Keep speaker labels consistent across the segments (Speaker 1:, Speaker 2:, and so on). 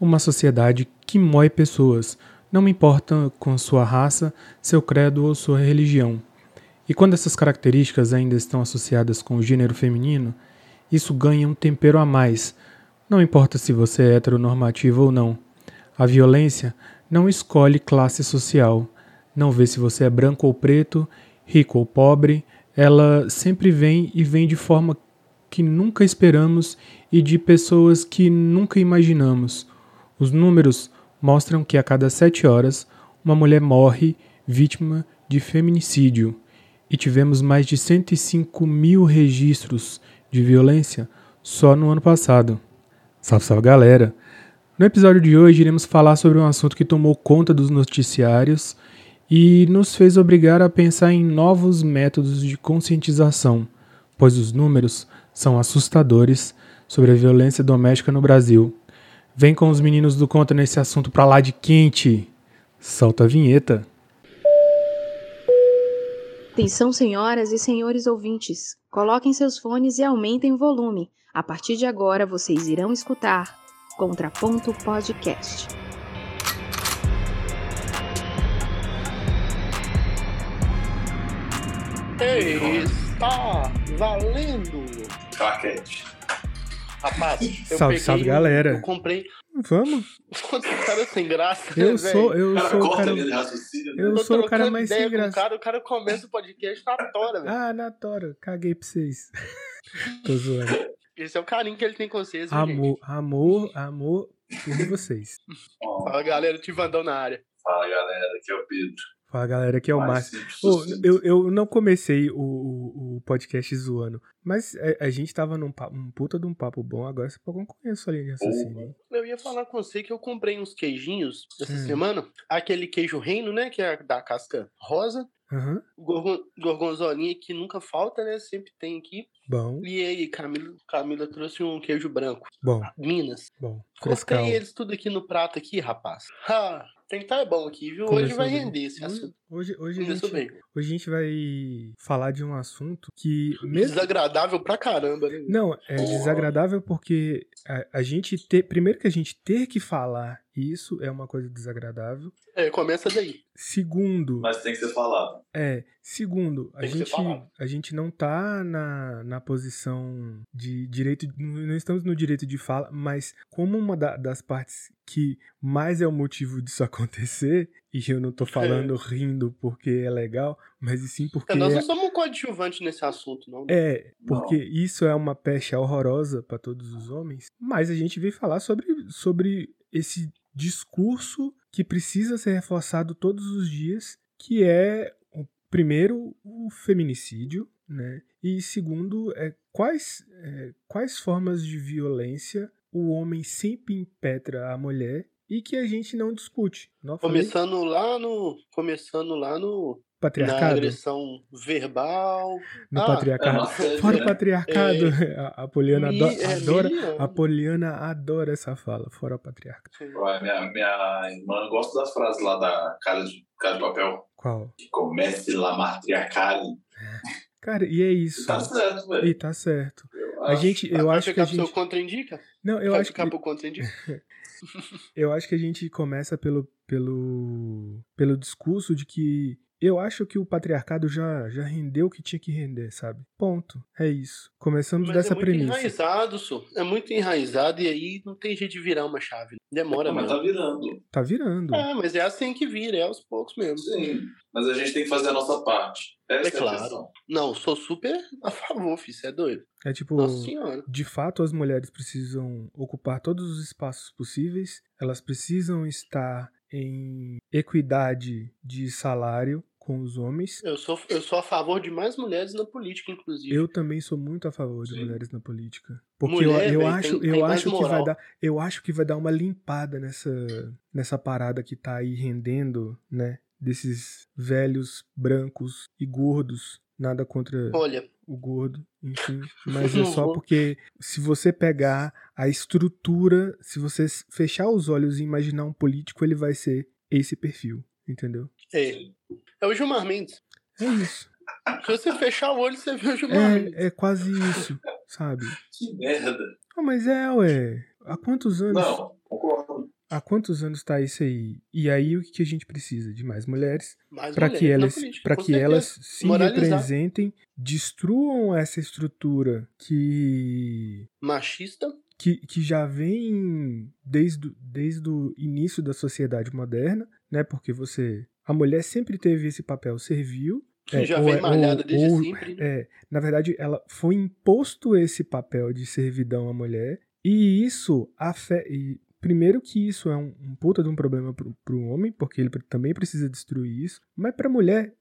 Speaker 1: uma sociedade que mói pessoas, não importa com sua raça, seu credo ou sua religião. E quando essas características ainda estão associadas com o gênero feminino, isso ganha um tempero a mais, não importa se você é heteronormativo ou não. A violência não escolhe classe social, não vê se você é branco ou preto, rico ou pobre, ela sempre vem e vem de forma que nunca esperamos e de pessoas que nunca imaginamos. Os números mostram que a cada sete horas uma mulher morre vítima de feminicídio e tivemos mais de 105 mil registros de violência só no ano passado. Salve, salve galera! No episódio de hoje iremos falar sobre um assunto que tomou conta dos noticiários e nos fez obrigar a pensar em novos métodos de conscientização, pois os números são assustadores sobre a violência doméstica no Brasil. Vem com os meninos do Conta nesse assunto pra lá de quente. Solta a vinheta.
Speaker 2: Atenção, senhoras e senhores ouvintes. Coloquem seus fones e aumentem o volume. A partir de agora, vocês irão escutar Contraponto Podcast.
Speaker 3: Está valendo!
Speaker 4: Claquete.
Speaker 3: Rapaz, eu
Speaker 1: Salve,
Speaker 3: peguei,
Speaker 1: salve, galera.
Speaker 3: Eu comprei.
Speaker 1: Vamos?
Speaker 3: Quanto cara sem graça, né,
Speaker 1: Eu
Speaker 3: velho?
Speaker 1: sou, eu
Speaker 4: O cara
Speaker 1: sou o
Speaker 4: corta a
Speaker 1: cara.
Speaker 4: linha de raciocínio. né?
Speaker 1: Eu
Speaker 3: Tô
Speaker 1: sou o cara
Speaker 3: trocando
Speaker 1: mais
Speaker 3: ideia
Speaker 1: sem
Speaker 3: com o
Speaker 1: graça.
Speaker 3: Cara, o cara começa o podcast na tora, velho.
Speaker 1: Ah, na tora, caguei pra vocês. Tô zoando.
Speaker 3: Esse é o carinho que ele tem com vocês, viu, gente.
Speaker 1: Amor, amor, amor por vocês.
Speaker 4: Bom,
Speaker 3: Fala, galera, o Tivandão na área.
Speaker 4: Fala galera, aqui é o Pedro.
Speaker 1: Fala galera, aqui é o Márcio.
Speaker 4: Mais simples
Speaker 1: Ô,
Speaker 4: sucinto.
Speaker 1: eu, eu não comecei o, o, o podcast zoando, mas a, a gente tava num papo, um puta de um papo bom, agora você pode conhecer a sua linha de raciocínio. hein?
Speaker 3: Eu ia falar com você que eu comprei uns queijinhos essa
Speaker 1: Hum.
Speaker 3: semana. Aquele queijo reino, né? Que é da casca rosa.
Speaker 1: Aham,
Speaker 3: Gorgon- Gorgonzolinha que nunca falta, né? Sempre tem aqui.
Speaker 1: bom,
Speaker 3: E aí, Camila, Camila trouxe um queijo branco.
Speaker 1: bom,
Speaker 3: Minas.
Speaker 1: bom. Frescal.
Speaker 3: Cortei eles tudo aqui no prato aqui, rapaz. Ah, tentar é bom aqui, viu? Hoje
Speaker 1: Começou
Speaker 3: vai
Speaker 1: bem.
Speaker 3: render esse
Speaker 1: Hoje,
Speaker 3: assunto.
Speaker 1: hoje, hoje, a
Speaker 3: Hum, Começou
Speaker 1: gente,
Speaker 3: bem.
Speaker 1: hoje a gente vai falar de um assunto que mesmo...
Speaker 3: Desagradável pra caramba, né?
Speaker 1: Não, é
Speaker 4: Porra.
Speaker 1: desagradável porque a, a gente ter. Primeiro que a gente ter que falar isso é uma coisa desagradável.
Speaker 3: É, começa daí.
Speaker 1: Segundo,
Speaker 4: Mas tem que ser falado.
Speaker 1: é. Segundo, a
Speaker 3: Tem que ser
Speaker 1: gente,
Speaker 3: falado.
Speaker 1: a gente não tá na, na posição de direito. Não estamos no direito de fala, mas como uma da- das partes que mais é o motivo disso acontecer, e eu
Speaker 3: É.
Speaker 1: não tô falando rindo porque é legal, mas e sim porque.
Speaker 3: É, Nós não
Speaker 1: É,
Speaker 3: somos coadjuvantes nesse assunto, não. né?
Speaker 1: é, porque isso é uma pecha horrorosa para todos os homens, mas a gente veio falar sobre, sobre esse discurso que precisa ser reforçado todos os dias, que é o- primeiro o feminicídio, né? E segundo, é quais, é, quais formas de violência o homem sempre impetra a mulher e que a gente não discute. Não falei?
Speaker 3: Começando lá no. Começando lá no. Na
Speaker 1: patriarcado?
Speaker 3: agressão verbal.
Speaker 1: No
Speaker 3: Ah,
Speaker 4: É uma
Speaker 1: patriarcado.
Speaker 4: série,
Speaker 1: Fora o
Speaker 4: né?
Speaker 1: patriarcado, a, a Poliana
Speaker 3: Mi-
Speaker 1: ado-
Speaker 3: é,
Speaker 1: adora,
Speaker 3: miliano.
Speaker 1: A Poliana adora essa fala, fora o patriarca.
Speaker 4: Ué, Minha, minha irmã gosta das frases lá da cara de, cara de papel.
Speaker 1: Qual?
Speaker 4: Que comece lá matriarcal.
Speaker 1: Cara, e é isso.
Speaker 4: Tá certo, velho.
Speaker 1: E tá certo.
Speaker 4: Eu
Speaker 1: A
Speaker 4: acho.
Speaker 1: gente, eu
Speaker 3: Vai
Speaker 1: acho que a
Speaker 3: ficar pro
Speaker 1: gente,
Speaker 3: seu contraindica?
Speaker 1: não, eu
Speaker 3: Vai
Speaker 1: acho que,
Speaker 3: ficar pro contraindica?
Speaker 1: eu acho que a gente começa pelo, pelo, pelo discurso de que eu acho que o patriarcado já, já rendeu o que tinha que render, sabe? Ponto. É isso. Começamos
Speaker 3: Mas
Speaker 1: dessa
Speaker 3: é muito
Speaker 1: premissa.
Speaker 3: enraizado, Su. É muito enraizado e aí não tem jeito de virar uma chave. né? Demora
Speaker 4: Mas
Speaker 3: mesmo.
Speaker 4: tá virando.
Speaker 1: Tá virando.
Speaker 3: É, mas é assim que vira, é aos poucos mesmo.
Speaker 4: Sim. Mas a gente tem que fazer a nossa parte. Essa
Speaker 3: É claro.
Speaker 4: a questão.
Speaker 3: Não, sou super a favor, filho. Você é doido.
Speaker 1: É tipo,
Speaker 3: Nossa senhora.
Speaker 1: De fato, as mulheres precisam ocupar todos os espaços possíveis, elas precisam estar em equidade de salário com os homens.
Speaker 3: Eu sou, eu sou a favor de mais mulheres na política, inclusive.
Speaker 1: Eu também sou muito a favor de
Speaker 4: Sim.
Speaker 1: mulheres na política, porque
Speaker 3: Mulher,
Speaker 1: eu, eu
Speaker 3: véi,
Speaker 1: acho,
Speaker 3: tem-
Speaker 1: eu
Speaker 3: tem mais
Speaker 1: acho que vai
Speaker 3: moral.
Speaker 1: dar, eu acho que vai dar uma limpada nessa nessa parada que tá aí rendendo, né, desses velhos brancos e gordos. Nada contra
Speaker 3: Olha,
Speaker 1: o gordo, enfim. Mas é
Speaker 3: Não
Speaker 1: só
Speaker 3: vou.
Speaker 1: porque se você pegar a estrutura, se você s- fechar os olhos e imaginar um político, ele vai ser esse perfil, entendeu?
Speaker 3: é. É o Gilmar Mendes.
Speaker 1: É isso.
Speaker 3: Se você fechar o olho, você vê o Gilmar Mendes.
Speaker 1: É, é quase isso, sabe?
Speaker 4: Que merda.
Speaker 1: Ah, mas é, ué. Há quantos anos?
Speaker 4: Não, concordo.
Speaker 1: há quantos anos está isso aí? E aí o que que a gente precisa? De mais mulheres
Speaker 3: Mais
Speaker 1: para
Speaker 3: mulheres
Speaker 1: que
Speaker 3: na
Speaker 1: elas,
Speaker 3: política,
Speaker 1: para
Speaker 3: com
Speaker 1: que
Speaker 3: certeza.
Speaker 1: elas se
Speaker 3: Moralizar.
Speaker 1: representem, destruam essa estrutura que
Speaker 3: Machista,
Speaker 1: que, que já vem desde, o- desde o início da sociedade moderna, né? Porque você. A mulher sempre teve esse papel servil.
Speaker 3: que
Speaker 1: é,
Speaker 3: já
Speaker 1: ou
Speaker 3: vem
Speaker 1: é-
Speaker 3: malhada
Speaker 1: ou-
Speaker 3: desde
Speaker 1: ou-
Speaker 3: sempre. né?
Speaker 1: É, na verdade, ela foi imposto esse papel de servidão à mulher. E isso afeta. Primeiro que isso é um, um puta de um problema pro, pro homem, porque ele pre- também precisa destruir isso. Mas pra mulher,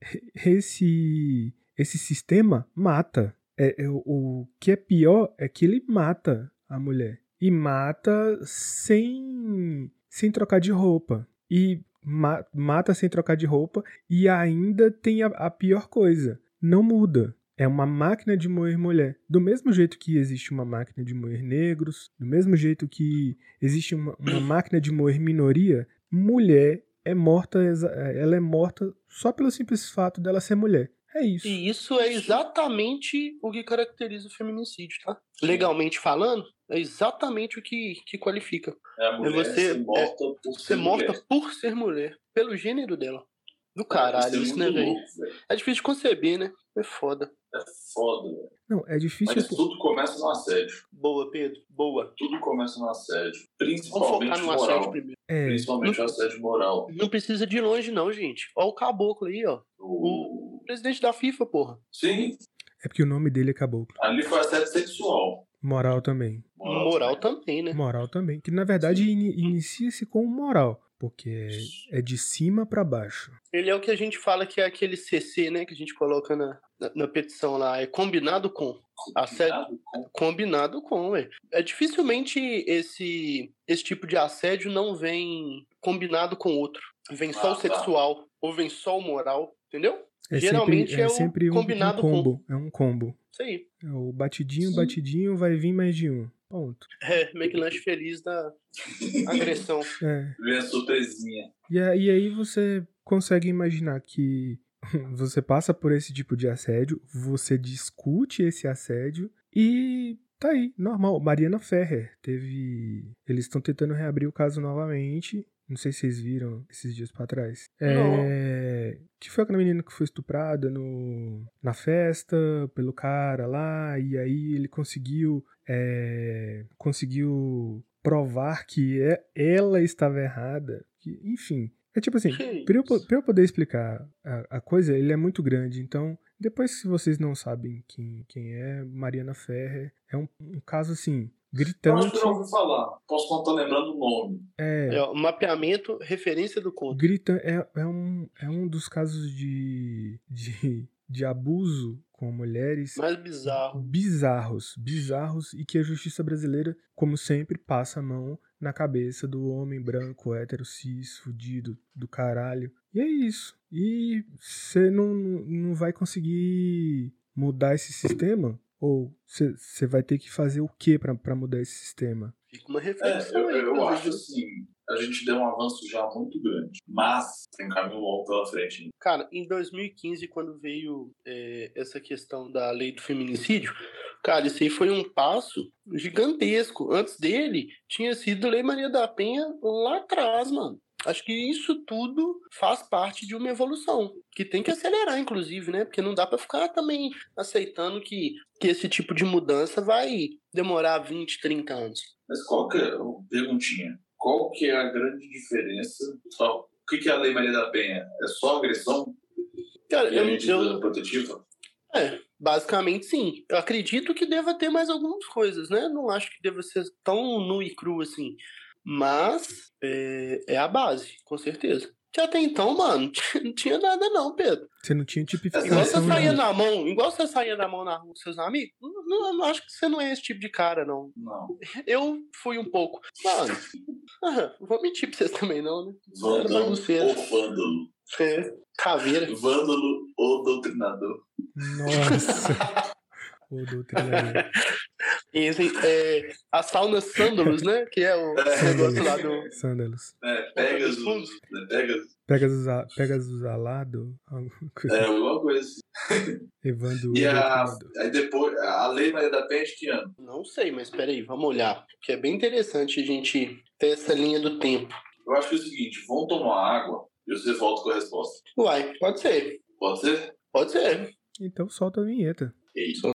Speaker 1: esse, esse sistema mata. É, é, o- o que é pior é que ele mata a mulher. E mata sem, sem trocar de roupa. E ma- mata sem trocar de roupa. E ainda tem a, a pior coisa: não muda. É uma máquina de moer mulher. Do mesmo jeito que existe uma máquina de moer negros, do mesmo jeito que existe uma, uma máquina de moer minoria, mulher é morta, exa- ela é morta só pelo simples fato dela ser mulher. É isso.
Speaker 3: E isso é exatamente o que caracteriza o feminicídio, tá? Legalmente falando, é exatamente o que, que qualifica.
Speaker 4: É a mulher
Speaker 3: você-
Speaker 4: ser morta por
Speaker 3: Você
Speaker 4: ser
Speaker 3: é morta
Speaker 4: mulher.
Speaker 3: por ser mulher, pelo gênero dela. Do caralho,
Speaker 4: é
Speaker 3: isso, né,
Speaker 4: muito
Speaker 3: velho?
Speaker 4: louco, velho.
Speaker 3: É difícil de conceber, né? É foda.
Speaker 4: É foda, velho.
Speaker 1: Não, é difícil.
Speaker 4: Mas tudo começa no assédio.
Speaker 3: Boa, Pedro. Boa.
Speaker 4: Tudo começa no assédio.
Speaker 3: Vamos
Speaker 4: Principalmente
Speaker 3: focar no assédio
Speaker 4: moral.
Speaker 3: primeiro.
Speaker 1: é,
Speaker 4: Principalmente o assédio moral.
Speaker 3: Não precisa de longe, não, gente. Ó o caboclo aí, ó.
Speaker 4: O...
Speaker 3: Presidente da FIFA, porra.
Speaker 4: Sim,
Speaker 1: é porque o nome dele é caboclo.
Speaker 4: ali foi assédio sexual.
Speaker 1: Moral também.
Speaker 3: Moral, também, né?
Speaker 1: Moral também. Que na verdade ini- inicia-se com moral. Porque é, é de cima pra baixo.
Speaker 3: Ele é o que a gente fala que é aquele CC, né? Que a gente coloca na, na, na petição lá. É combinado com. Assédio.
Speaker 4: Combinado com-
Speaker 3: Combinado com, ué. É dificilmente esse, esse tipo de assédio não vem combinado com outro. Vem só
Speaker 4: Ah,
Speaker 3: o
Speaker 4: tá.
Speaker 3: sexual, ou vem só o moral, entendeu?
Speaker 1: É
Speaker 3: Geralmente
Speaker 1: sempre,
Speaker 3: é o
Speaker 1: sempre um, um
Speaker 3: combinado
Speaker 1: combo. É um combo.
Speaker 3: Isso aí.
Speaker 1: É o batidinho,
Speaker 4: Sim.
Speaker 1: batidinho, vai vir mais de um. Ponto.
Speaker 3: É, McLanche feliz da agressão.
Speaker 1: É.
Speaker 4: Vem a surpresinha.
Speaker 1: E, a- e aí você consegue imaginar que você passa por esse tipo de assédio, você discute esse assédio e tá aí, normal. Mariana Ferrer teve. Eles estão tentando reabrir o caso novamente. Não sei se vocês viram esses dias pra trás. É, que foi aquela menina que foi estuprada no, na festa pelo cara lá, e aí ele conseguiu é, conseguiu provar que é, ela estava errada. Que, enfim, é tipo assim,
Speaker 3: Que
Speaker 1: pra eu, po-
Speaker 3: isso?
Speaker 1: pra eu poder explicar a, a coisa, ele é muito grande, então depois se vocês não sabem quem, quem é Mariana Ferrer, é um, um caso assim,
Speaker 4: Eu
Speaker 1: gritante,
Speaker 4: acho que eu não ouvi falar. Posso não estar lembrando o nome.
Speaker 1: é,
Speaker 3: É, ó, mapeamento, referência do conto.
Speaker 1: grita, é, é, um, é um dos casos de, de, de abuso com mulheres
Speaker 3: Mais bizarro.
Speaker 1: bizarros, bizarros e que a justiça brasileira, como sempre, passa a mão na cabeça do homem branco, hétero, cis, fudido do caralho. E é isso. E você não, não vai conseguir mudar esse sistema? Ou você vai ter que fazer o que para mudar esse sistema?
Speaker 3: Fica uma
Speaker 4: É,
Speaker 3: reflexão
Speaker 4: eu,
Speaker 3: aí.
Speaker 4: eu
Speaker 3: pra
Speaker 4: acho
Speaker 3: vocês.
Speaker 4: assim. A gente deu um avanço já muito grande. Mas tem um caminho longo pela frente. ainda.
Speaker 3: Cara, em 2015, quando veio é, essa questão da lei do feminicídio, cara, isso aí foi um passo gigantesco. Antes dele, tinha sido Lei Maria da Penha lá atrás, mano. Acho que isso tudo faz parte de uma evolução, que tem que acelerar, inclusive, né? Porque não dá pra ficar também aceitando que, que esse tipo de mudança vai demorar 20, 30 anos.
Speaker 4: Mas qual que é. uma Perguntinha. Qual que é a grande diferença? Só, o que, que é a Lei Maria da Penha? É só agressão?
Speaker 3: Cara,
Speaker 4: E a
Speaker 3: eu, eu,
Speaker 4: medida protetiva?
Speaker 3: Basicamente, sim. Eu acredito que deva ter mais algumas coisas, né? Não acho que deva ser tão nu e cru assim. Mas é, é a base, com certeza. Que até então, mano, não tinha nada não, Pedro.
Speaker 1: Você não é tinha
Speaker 3: Igual você
Speaker 1: tipificação.
Speaker 3: saía
Speaker 1: Não.
Speaker 3: na mão, igual você saía na mão na rua com seus amigos, não, não- não acho que você não é esse tipo de cara, não.
Speaker 4: Não.
Speaker 3: Eu fui um pouco. Mano, ah, não vou mentir pra vocês também, não, né?
Speaker 4: Vândalo
Speaker 3: bagunceiro.
Speaker 4: ou vândalo?
Speaker 3: É, caveira.
Speaker 4: Vândalo ou doutrinador?
Speaker 1: Nossa! Ô, doutrinador.
Speaker 3: E, assim, é, as saunas sândalos, né? Que é o negócio lá do.
Speaker 1: Sândalos.
Speaker 4: É, Pegasus. né, Pegasus.
Speaker 1: Pegasus, a- Pegasus alado? Alguma coisa.
Speaker 4: É, alguma coisa assim.
Speaker 1: Evandro.
Speaker 4: E a,
Speaker 1: doutrinador.
Speaker 4: aí depois, a Lei Maria da Penha de que ano?
Speaker 3: é Não sei, mas peraí, vamos olhar. Que é bem interessante a gente ter essa linha do tempo.
Speaker 4: Eu acho que é o seguinte, vão tomar água e você volta com a resposta.
Speaker 3: Uai, pode ser.
Speaker 4: Pode ser?
Speaker 3: Pode ser.
Speaker 1: Então solta a vinheta.
Speaker 4: É isso.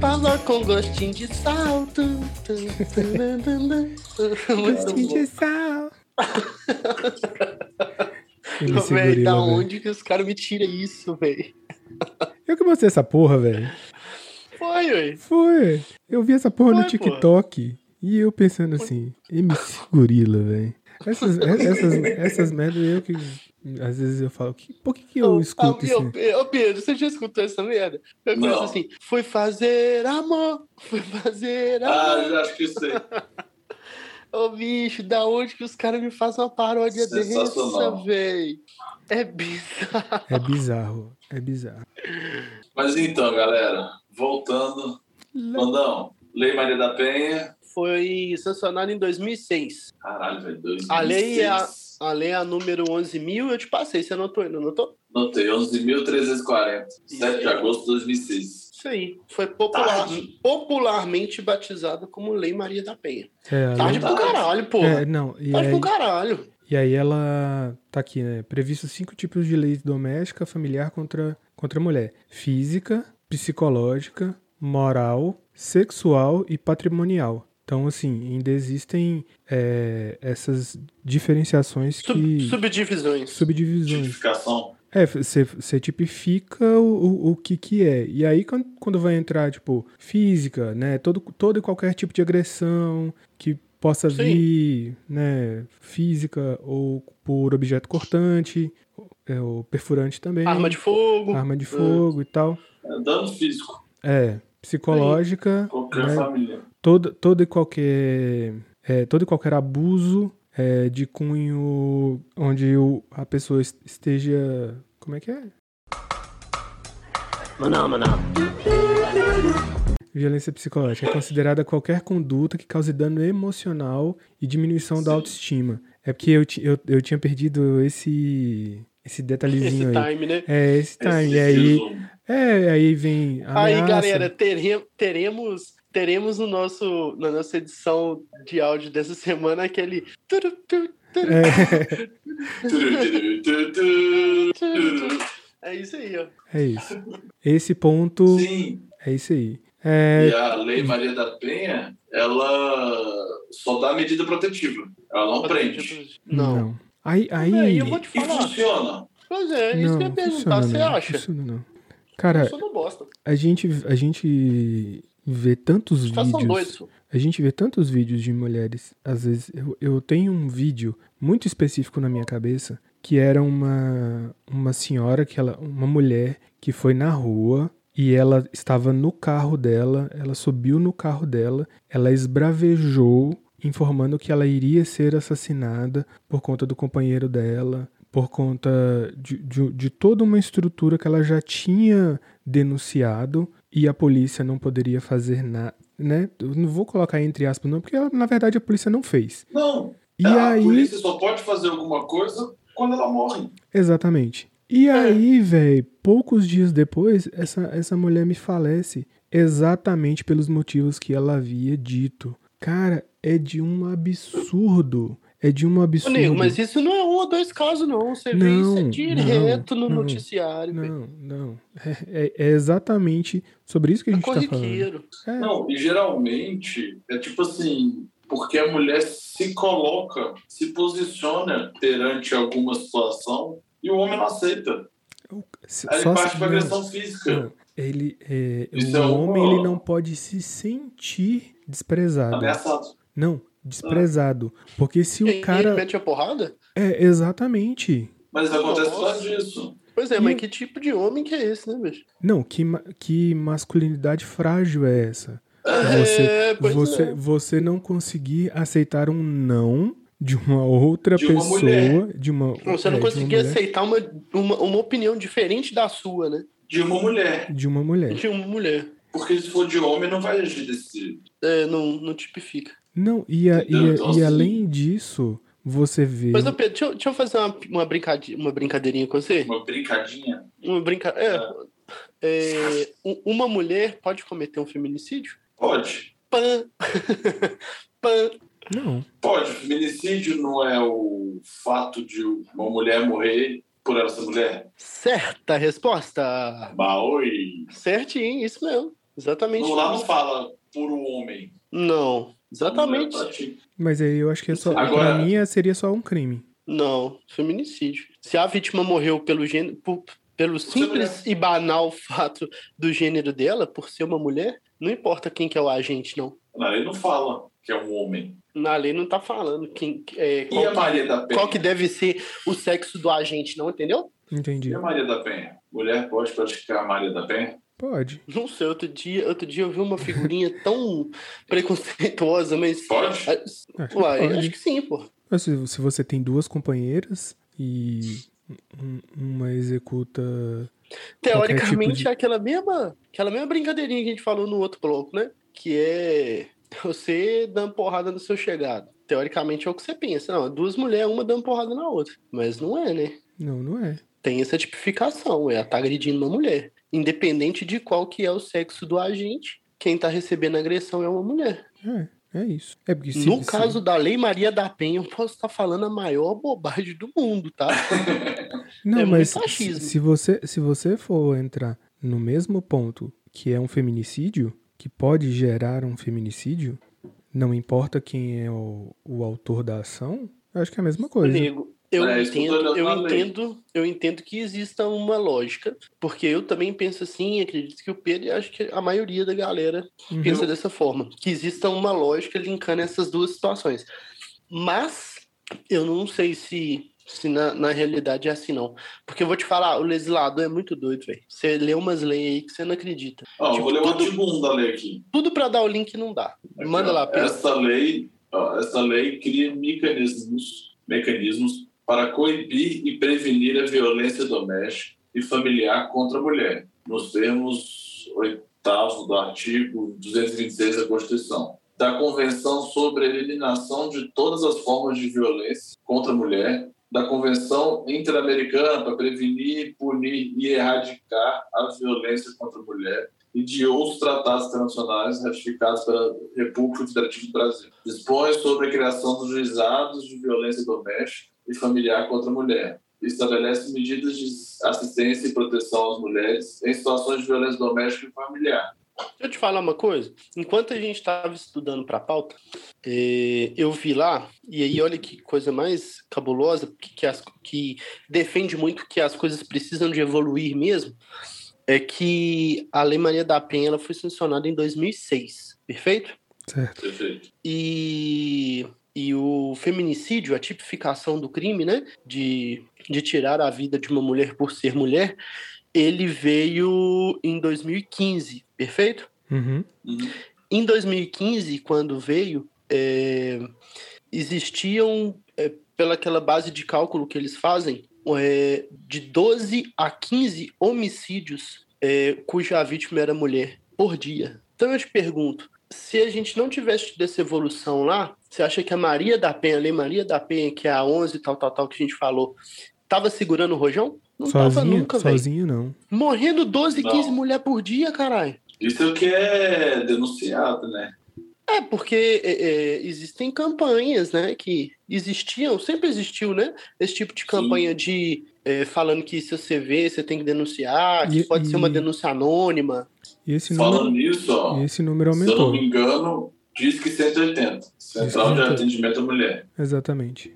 Speaker 3: Valor com gostinho de sal. Tum, tum, tum, tum, tum, tum. Muito bom.
Speaker 1: sal. Eu me
Speaker 3: Ô, Véi,
Speaker 1: segurei,
Speaker 3: da
Speaker 1: velho.
Speaker 3: onde que os caras me tiram isso, velho?
Speaker 1: Eu que mostrei essa porra, velho.
Speaker 3: Foi, ué.
Speaker 1: Foi. Eu vi essa porra no
Speaker 3: Foi, porra.
Speaker 1: TikTok e eu pensando assim, MC Gorila, velho. Essas, essas, essas merdas eu que. Às vezes eu falo, que, por que, que eu escuto isso?
Speaker 3: Ô, ah, Pe- ô, Pedro, você já escutou essa merda? Eu
Speaker 4: Não.
Speaker 3: começo assim, foi fazer amor, foi fazer
Speaker 4: Ah,
Speaker 3: amor.
Speaker 4: já acho que eu sei.
Speaker 3: Ô, bicho, da onde que os caras me fazem uma paródia dessa,
Speaker 4: Sensacional.
Speaker 3: velho? É bizarro.
Speaker 1: É bizarro. É bizarro.
Speaker 4: Mas então, galera, voltando. Mandão, Lei Maria da Penha.
Speaker 3: Foi sancionado em 2006.
Speaker 4: Caralho, velho, 2006.
Speaker 3: A lei é a- A lei é a número 11.000, eu te passei, você anotou ainda, anotou?
Speaker 4: Notei, 11.340. 7 de
Speaker 3: Isso.
Speaker 4: agosto de 2006.
Speaker 3: Isso aí. Foi popular-
Speaker 4: Tarde.
Speaker 3: popularmente batizada como Lei Maria da Penha.
Speaker 1: É, a
Speaker 3: Tarde
Speaker 1: lei-
Speaker 3: pro
Speaker 4: Tarde.
Speaker 3: caralho, pô.
Speaker 1: é, não, e
Speaker 3: Tarde
Speaker 1: aí,
Speaker 3: pro caralho.
Speaker 1: e aí ela tá aqui, né? Previsto cinco tipos de leis doméstica, familiar contra, contra a mulher: física, psicológica, moral, sexual e patrimonial. Então, assim, ainda existem é, essas diferenciações
Speaker 3: Sub-
Speaker 1: que.
Speaker 3: Subdivisões.
Speaker 1: subdivisões.
Speaker 4: Justificação.
Speaker 1: É, você tipifica o, o, o que que é. E aí, quando, quando vai entrar, tipo, física, né? Todo, todo e qualquer tipo de agressão que possa
Speaker 3: Sim.
Speaker 1: vir, né? Física ou por objeto cortante, é, ou perfurante também.
Speaker 3: Arma de fogo.
Speaker 1: Arma de fogo e tal.
Speaker 4: É dano físico.
Speaker 1: É, psicológica,
Speaker 4: Qualquer
Speaker 1: né?
Speaker 4: família.
Speaker 1: todo, todo e qualquer é, todo e qualquer abuso é, de cunho onde o, a pessoa es- esteja como é que é Ah.
Speaker 3: Maná, maná.
Speaker 1: Violência psicológica é considerada qualquer conduta que cause dano emocional e diminuição da
Speaker 4: Sim.
Speaker 1: autoestima. É porque eu, ti- eu, eu tinha perdido esse esse
Speaker 3: Esse
Speaker 1: detalhezinho aí.
Speaker 3: time, né?
Speaker 1: É, esse time.
Speaker 4: Esse
Speaker 1: e aí,
Speaker 4: resumo.
Speaker 1: é, aí vem a
Speaker 3: Aí,
Speaker 1: ameaça.
Speaker 3: galera, teremos, teremos, teremos no nosso, na nossa edição de áudio dessa semana aquele. turu, turu, turu,
Speaker 1: É,
Speaker 3: turu, turu. É isso aí, ó.
Speaker 1: é isso. Esse ponto
Speaker 4: Sim.
Speaker 1: é isso aí. É,
Speaker 4: E a Lei Maria da Penha, ela só dá medida protetiva. Ela não prende.
Speaker 3: Não.
Speaker 1: Aí, aí,
Speaker 3: Aí eu vou te
Speaker 4: E
Speaker 3: falar.
Speaker 4: funciona.
Speaker 3: Pois é,
Speaker 1: não,
Speaker 3: isso que eu ia
Speaker 1: funciona
Speaker 3: perguntar. Você
Speaker 1: não,
Speaker 3: acha?
Speaker 1: funciona não.
Speaker 3: Eu
Speaker 1: Cara,
Speaker 3: sou do bosta.
Speaker 1: a gente a gente vê tantos
Speaker 3: Os caras são
Speaker 1: vídeos.
Speaker 3: doidos.
Speaker 1: A gente vê tantos vídeos de mulheres. Às vezes, eu, eu tenho um vídeo muito específico na minha cabeça que era uma, uma senhora, que ela, uma mulher que foi na rua e ela estava no carro dela, ela subiu no carro dela, ela esbravejou, informando que ela iria ser assassinada por conta do companheiro dela, por conta de, de, de toda uma estrutura que ela já tinha denunciado e a polícia não poderia fazer nada, né? Eu não vou colocar entre aspas não, porque ela, na verdade a polícia não fez.
Speaker 4: Não.
Speaker 1: E
Speaker 4: Ah, a
Speaker 1: aí,
Speaker 4: polícia só pode fazer alguma coisa quando ela morre.
Speaker 1: exatamente. E aí, velho, poucos dias depois, essa, essa mulher me falece exatamente pelos motivos que ela havia dito. Cara, é de um absurdo. É de um
Speaker 3: Ô,
Speaker 1: absurdo.
Speaker 3: nego, mas isso não é um ou dois casos, não. Você vê
Speaker 1: Não,
Speaker 3: isso direto
Speaker 1: não,
Speaker 3: no
Speaker 1: não.
Speaker 3: noticiário.
Speaker 1: Não,
Speaker 3: velho.
Speaker 1: não. É, é- é exatamente sobre isso que a
Speaker 3: É
Speaker 1: gente tá falando.
Speaker 3: corriqueiro.
Speaker 1: É,
Speaker 4: Não, e geralmente é tipo assim, porque a mulher se coloca, se posiciona perante alguma situação e o homem não aceita.
Speaker 1: se-
Speaker 4: Aí
Speaker 1: só
Speaker 4: ele parte
Speaker 1: se-
Speaker 4: para
Speaker 1: não.
Speaker 4: agressão física.
Speaker 1: Não, ele, é,
Speaker 4: Isso
Speaker 1: o
Speaker 4: é uma-
Speaker 1: homem ele não pode se sentir desprezado.
Speaker 4: Ameaçado.
Speaker 1: Não, desprezado. Porque se
Speaker 3: Quem
Speaker 1: o cara.
Speaker 3: mete a porrada?
Speaker 1: É, exatamente.
Speaker 4: Mas acontece
Speaker 3: Nossa.
Speaker 4: só disso.
Speaker 3: Pois é,
Speaker 1: E-
Speaker 3: mas que tipo de homem que é esse, né, bicho?
Speaker 1: Não, que, ma- que masculinidade frágil é essa? Você-
Speaker 3: é, pois
Speaker 1: Você,
Speaker 3: é.
Speaker 1: você não conseguir aceitar um não de uma outra
Speaker 4: De uma
Speaker 1: pessoa.
Speaker 4: mulher.
Speaker 1: De uma,
Speaker 3: Você não
Speaker 1: é, de uma
Speaker 3: conseguia
Speaker 1: mulher-
Speaker 3: aceitar uma, uma, uma opinião diferente da sua, né?
Speaker 4: De uma mulher.
Speaker 1: De uma mulher.
Speaker 3: De uma mulher.
Speaker 4: Porque se for de homem, não vai agir desse.
Speaker 3: É, não, não tipifica.
Speaker 1: Não, e, a- e a-
Speaker 4: Então,
Speaker 1: e
Speaker 4: assim-
Speaker 1: além disso, você vê.
Speaker 3: Mas, ô, Pedro, deixa, eu- deixa eu fazer uma, uma, brincade, uma brincadeirinha com você.
Speaker 4: Uma brincadinha.
Speaker 3: Uma brinca... é, é, u- uma mulher pode cometer um feminicídio?
Speaker 4: Pode.
Speaker 3: Pã! Pã!
Speaker 1: Não.
Speaker 4: Pode. Feminicídio não é o fato de uma mulher morrer por ela ser mulher.
Speaker 3: Certa resposta!
Speaker 4: Baoi.
Speaker 3: Certinho, isso mesmo. Exatamente.
Speaker 4: Não, lá não fala por um homem. é
Speaker 3: Não, exatamente.
Speaker 1: Mas aí eu acho que é só.
Speaker 4: Agora-
Speaker 1: Pra mim é- seria só um crime.
Speaker 3: Não, feminicídio. Se a vítima morreu pelo gênero, por- pelo simples e banal fato do gênero dela, por ser uma mulher, não importa quem que é o agente, não.
Speaker 4: Na lei não fala que é um homem.
Speaker 3: Na lei não tá falando quem, é,
Speaker 4: E a
Speaker 3: qual,
Speaker 4: Maria da
Speaker 3: que,
Speaker 4: Penha?
Speaker 3: qual que deve ser o sexo do agente, não, entendeu? é?
Speaker 1: Entendi.
Speaker 4: E a Maria da Penha? Mulher pode praticar a Maria da Penha?
Speaker 1: Pode.
Speaker 3: Não sei, outro dia, outro dia eu vi uma figurinha tão preconceituosa, mas.
Speaker 4: Pode?
Speaker 3: Ah,
Speaker 1: Acho que pode.
Speaker 3: Uai,
Speaker 1: tipo
Speaker 3: acho que sim, pô.
Speaker 1: Mas se, se você tem duas companheiras e um- uma executa.
Speaker 3: Teoricamente
Speaker 1: tipo de-
Speaker 3: é aquela mesma, aquela mesma brincadeirinha que a gente falou no outro bloco, né? Que é você dando porrada no seu chegado. Teoricamente é o que você pensa. Não, duas mulheres, uma dando porrada na outra. Mas não é, né?
Speaker 1: Não, não é.
Speaker 3: Tem essa tipificação, ela tá agredindo uma mulher. Independente de qual que é o sexo do agente, quem tá recebendo a agressão é uma mulher.
Speaker 1: É, é isso. É porque se,
Speaker 3: no
Speaker 1: se-
Speaker 3: caso da Lei Maria da Penha, eu posso estar falando a maior bobagem do mundo, tá?
Speaker 1: Não,
Speaker 3: é muito
Speaker 1: mas se,
Speaker 3: machismo.
Speaker 1: se você, se você for entrar no mesmo ponto que é um feminicídio, que pode gerar um feminicídio, não importa quem é o, o autor da ação, eu acho que é a mesma coisa.
Speaker 3: Nego, eu
Speaker 4: É, isso que eu tô
Speaker 3: entendo,
Speaker 4: olhando
Speaker 3: eu
Speaker 4: na lei.
Speaker 3: entendo, eu entendo que exista uma lógica, porque eu também penso assim, acredito que o Pedro e acho que a maioria da galera
Speaker 1: Uhum.
Speaker 3: pensa dessa forma, que exista uma lógica linkando essas duas situações. Mas eu não sei se se na, na realidade é assim não, porque eu vou te falar, o legislador é muito doido, velho. Você lê umas leis aí que você não acredita.
Speaker 4: Ó,
Speaker 3: Tipo,
Speaker 4: vou ler o
Speaker 3: tudo-
Speaker 4: artigo 1 da lei aqui.
Speaker 3: Tudo pra dar o link não dá.
Speaker 4: Aqui,
Speaker 3: Manda
Speaker 4: ó. É,
Speaker 3: lá, Pedro.
Speaker 4: Essa lei, ó, essa lei cria mecanismos, mecanismos para coibir e prevenir a violência doméstica e familiar contra a mulher, nos termos oitavo do artigo 226 da Constituição, da Convenção sobre a Eliminação de Todas as Formas de Violência contra a Mulher, da Convenção Interamericana para Prevenir, Punir e Erradicar a Violência contra a Mulher, e de outros tratados internacionais ratificados pela República Federativa do Brasil. Dispõe sobre a criação dos juizados de violência doméstica e familiar contra a mulher. Estabelece medidas de assistência e proteção às mulheres em situações de violência doméstica e familiar.
Speaker 3: Deixa eu te falar uma coisa. Enquanto a gente estava estudando para a pauta, eh, eu vi lá, e aí olha que coisa mais cabulosa, que, que as- que defende muito que as coisas precisam de evoluir mesmo, é que a Lei Maria da Penha ela foi sancionada em 2006, perfeito?
Speaker 1: Certo.
Speaker 4: Perfeito.
Speaker 3: E, e o feminicídio, a tipificação do crime, né, de, de tirar a vida de uma mulher por ser mulher, ele veio em 2015, perfeito?
Speaker 1: Uhum.
Speaker 4: Uhum.
Speaker 3: Em 2015, quando veio, é, existiam, é, pela aquela base de cálculo que eles fazem, é, de 12 a 15 homicídios é, cuja vítima era mulher por dia. Então eu te pergunto, se a gente não tivesse tido essa evolução lá, você acha que a Maria da Penha, a Lei Maria da Penha, que é a 11 tal, tal, tal, que a gente falou, tava segurando o rojão? Não tava
Speaker 1: Sozinho,
Speaker 3: nunca, velho.
Speaker 1: sozinho não.
Speaker 3: Morrendo 12,
Speaker 4: Não.
Speaker 3: 15 mulheres por dia, caralho.
Speaker 4: Isso é o que é denunciado, né?
Speaker 3: É, porque é, é, existem campanhas, né, que existiam, sempre existiu, né, esse tipo de campanha de é, falando que se você vê, você tem que denunciar, que
Speaker 1: E-
Speaker 3: pode ser uma
Speaker 1: e-
Speaker 3: denúncia anônima.
Speaker 1: E esse
Speaker 4: Falando
Speaker 1: número,
Speaker 4: nisso, ó,
Speaker 1: e esse número
Speaker 4: se eu não
Speaker 1: aumentou.
Speaker 4: me engano, diz que 180, Central de
Speaker 1: 180.
Speaker 4: Atendimento à Mulher.
Speaker 1: Exatamente.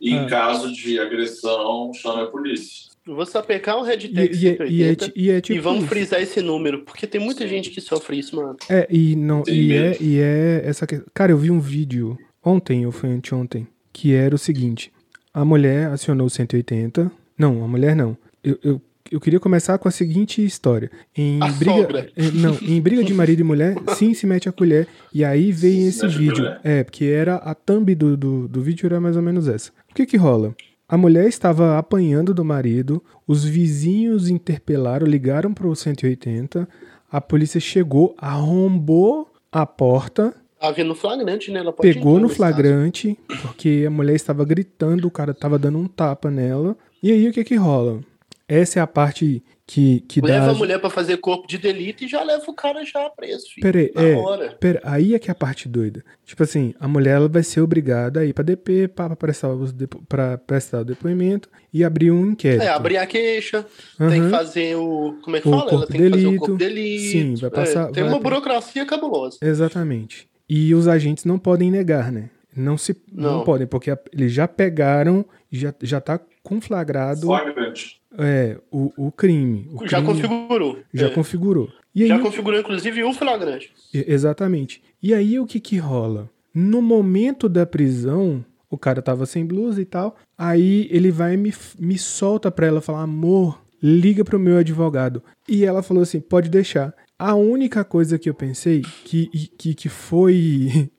Speaker 4: E em
Speaker 1: Ah.
Speaker 4: caso de agressão, chame a polícia.
Speaker 3: Eu Vou sapecar o Red
Speaker 1: E,
Speaker 3: Tech
Speaker 1: e, é-
Speaker 3: 180
Speaker 1: e, é, ti- e é tipo.
Speaker 3: e vamos
Speaker 1: isso.
Speaker 3: frisar esse número, porque tem muita
Speaker 4: Sim.
Speaker 3: gente que sofre isso, mano.
Speaker 1: É, e não,
Speaker 4: Tem
Speaker 1: e
Speaker 4: medo.
Speaker 1: é, e é essa questão. Cara, eu vi um vídeo ontem, ou foi anteontem, que era o seguinte: a mulher acionou o 180. Não, a mulher não. Eu, eu, eu queria começar com a seguinte história. Em
Speaker 3: A
Speaker 1: briga.
Speaker 3: sogra.
Speaker 1: eh, Não, em briga de marido e mulher, sim se mete a colher. E aí
Speaker 4: Sim,
Speaker 1: vem
Speaker 4: se
Speaker 1: esse
Speaker 4: mete a
Speaker 1: vídeo.
Speaker 4: colher.
Speaker 1: É, porque era a thumb do, do, do vídeo era mais ou menos essa. O que que rola? A mulher estava apanhando do marido, os vizinhos interpelaram, ligaram pro 180, a polícia chegou, arrombou a porta,
Speaker 3: Tá vendo no flagrante, né? Ela pode
Speaker 1: pegou
Speaker 3: entrar
Speaker 1: no
Speaker 3: nesse caso.
Speaker 1: flagrante, porque a mulher estava gritando, o cara estava dando um tapa nela. E aí o que que rola? Essa é a parte que, que
Speaker 3: leva
Speaker 1: dá.
Speaker 3: a mulher pra fazer corpo de delito e já leva o cara já preso, filho.
Speaker 1: Peraí,
Speaker 3: na
Speaker 1: é.
Speaker 3: hora.
Speaker 1: Pera, aí é que é a parte doida. Tipo assim, a mulher ela vai ser obrigada a ir pra DP pra, pra prestar, os depo- pra prestar o depoimento e abrir um inquérito.
Speaker 3: É, abrir a queixa, tem que
Speaker 1: Aham.
Speaker 3: fazer o. Como é que
Speaker 1: Uhum. O
Speaker 3: fala? Ela
Speaker 1: corpo
Speaker 3: tem que fazer o corpo
Speaker 1: delito.
Speaker 3: delito.
Speaker 1: Sim, vai
Speaker 3: É,
Speaker 1: passar-
Speaker 3: tem
Speaker 1: vai
Speaker 3: uma
Speaker 1: ter-
Speaker 3: burocracia cabulosa.
Speaker 1: Exatamente. E os agentes não podem negar, né? Não se não,
Speaker 3: Não.
Speaker 1: podem, porque a- eles já pegaram, já, já tá conflagrado
Speaker 4: um Flagrante.
Speaker 1: é, o, o crime. O
Speaker 3: já
Speaker 1: crime
Speaker 3: configurou.
Speaker 1: Já
Speaker 3: É,
Speaker 1: configurou. E aí,
Speaker 3: já
Speaker 1: o-
Speaker 3: configurou, inclusive, o flagrante.
Speaker 1: e- Exatamente. E aí o que que rola? No momento da prisão, o cara tava sem blusa e tal, aí ele vai e me, f- me solta pra ela falar, amor, liga pro meu advogado. E ela falou assim, pode deixar. A única coisa que eu pensei, que, e- que, que foi...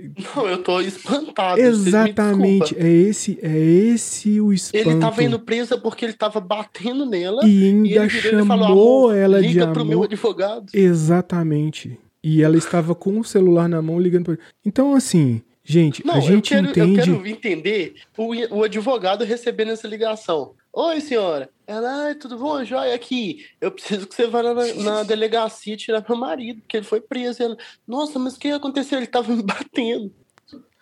Speaker 3: Não, Ah, eu tô espantado. vocês me
Speaker 1: Exatamente,
Speaker 3: desculpa.
Speaker 1: é esse, é esse o espanto.
Speaker 3: Ele tava indo presa porque ele tava batendo nela.
Speaker 1: e
Speaker 3: E
Speaker 1: ainda
Speaker 3: ele virou e falou:
Speaker 1: chamou
Speaker 3: amor,
Speaker 1: ela de
Speaker 3: liga pro meu
Speaker 1: amor.
Speaker 3: advogado.
Speaker 1: Exatamente. E ela estava com o celular na mão ligando pra ele. Então, assim, gente,
Speaker 3: Não,
Speaker 1: a gente
Speaker 3: eu, quero,
Speaker 1: entende.
Speaker 3: eu quero entender o, o advogado recebendo essa ligação. Oi, senhora. Ela, ai, tudo bom? Joia, aqui. Eu preciso que você vá lá na, na delegacia tirar meu marido, porque ele foi preso. Ela, Nossa, mas o que aconteceu? Ele tava me batendo.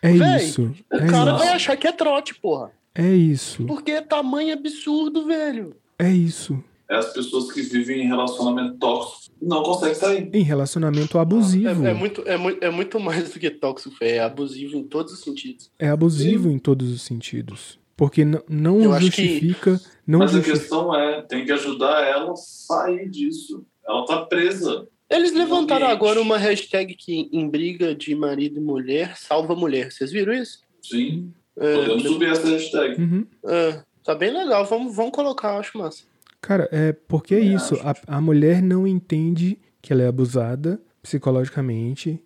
Speaker 1: É
Speaker 3: Véi,
Speaker 1: isso.
Speaker 3: O
Speaker 1: É
Speaker 3: cara vai
Speaker 1: isso.
Speaker 3: achar que é trote, porra.
Speaker 1: É isso.
Speaker 3: Porque é tamanho absurdo, velho.
Speaker 1: É isso.
Speaker 4: É as pessoas que vivem em relacionamento tóxico e não conseguem sair.
Speaker 1: Em relacionamento abusivo.
Speaker 3: É,
Speaker 1: É,
Speaker 3: é muito, é, mui- é muito mais do que tóxico, é abusivo em todos os sentidos.
Speaker 1: é abusivo em todos os sentidos. Porque n- não
Speaker 3: Eu acho que-
Speaker 1: justifica. Não
Speaker 4: Mas a
Speaker 1: justifica.
Speaker 4: questão é, tem que ajudar ela a sair disso. Ela tá presa.
Speaker 3: Eles levantaram
Speaker 4: Ambiente.
Speaker 3: agora uma hashtag que em briga de marido e mulher salva mulher. Vocês viram isso?
Speaker 4: Sim.
Speaker 3: É,
Speaker 4: Podemos subir essa hashtag.
Speaker 1: Uhum.
Speaker 3: É, tá bem legal, vamos, vamos colocar, acho massa.
Speaker 1: Cara, é porque é
Speaker 4: É,
Speaker 1: isso.
Speaker 4: acho
Speaker 1: A, a mulher não entende que ela é abusada psicologicamente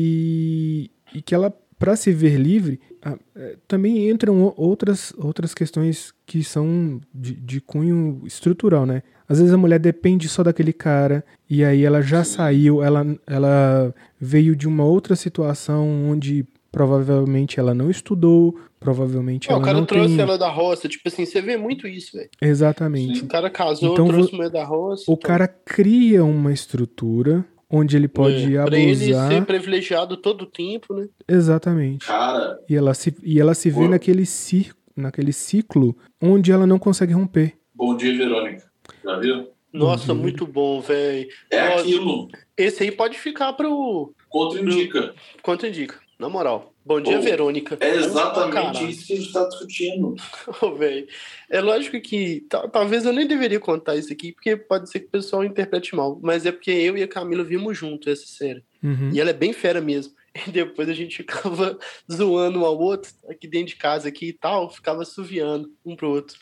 Speaker 1: e, e que ela, pra se ver livre, a- é, também entram o- outras, outras questões que são de, de cunho estrutural, né? Às vezes a mulher depende só daquele cara e aí ela já
Speaker 4: Sim.
Speaker 1: saiu, ela, ela veio de uma outra situação onde provavelmente ela não estudou, provavelmente
Speaker 3: Ah, o
Speaker 1: ela
Speaker 3: cara
Speaker 1: Tipo, não
Speaker 3: trouxe
Speaker 1: tem...
Speaker 3: ela da roça, tipo assim, você vê muito isso, velho.
Speaker 1: Exatamente.
Speaker 4: Sim.
Speaker 3: O cara casou,
Speaker 1: Então,
Speaker 3: trouxe
Speaker 1: vo-
Speaker 3: mulher da roça.
Speaker 1: O
Speaker 3: então,
Speaker 1: cara cria uma estrutura onde ele pode
Speaker 3: é, Pra ele
Speaker 1: abusar. Uhum.
Speaker 3: ser privilegiado todo o tempo, né?
Speaker 1: Exatamente.
Speaker 4: Cara,
Speaker 1: E ela se, e ela se vê
Speaker 4: Ué.
Speaker 1: naquele, cir, naquele ciclo onde ela não consegue romper.
Speaker 4: bom dia, Verônica. Já viu?
Speaker 3: Nossa,
Speaker 1: Uhum.
Speaker 3: muito bom, velho.
Speaker 4: É
Speaker 3: Ó,
Speaker 4: aquilo.
Speaker 3: Esse aí pode ficar pro.
Speaker 4: Contraindica.
Speaker 3: Quanto indica, na moral. Bom dia,
Speaker 4: Pô,
Speaker 3: Verônica.
Speaker 4: É
Speaker 3: Caralho.
Speaker 4: exatamente isso que a gente está discutindo.
Speaker 3: Ô, véi, É lógico que ta- talvez eu nem deveria contar isso aqui, porque pode ser que o pessoal interprete mal. Mas é porque eu e a Camila vimos junto essa série.
Speaker 1: Uhum.
Speaker 3: E ela é bem fera mesmo. E depois a gente ficava zoando um ao outro, aqui dentro de casa aqui e tal, ficava suviando um pro outro.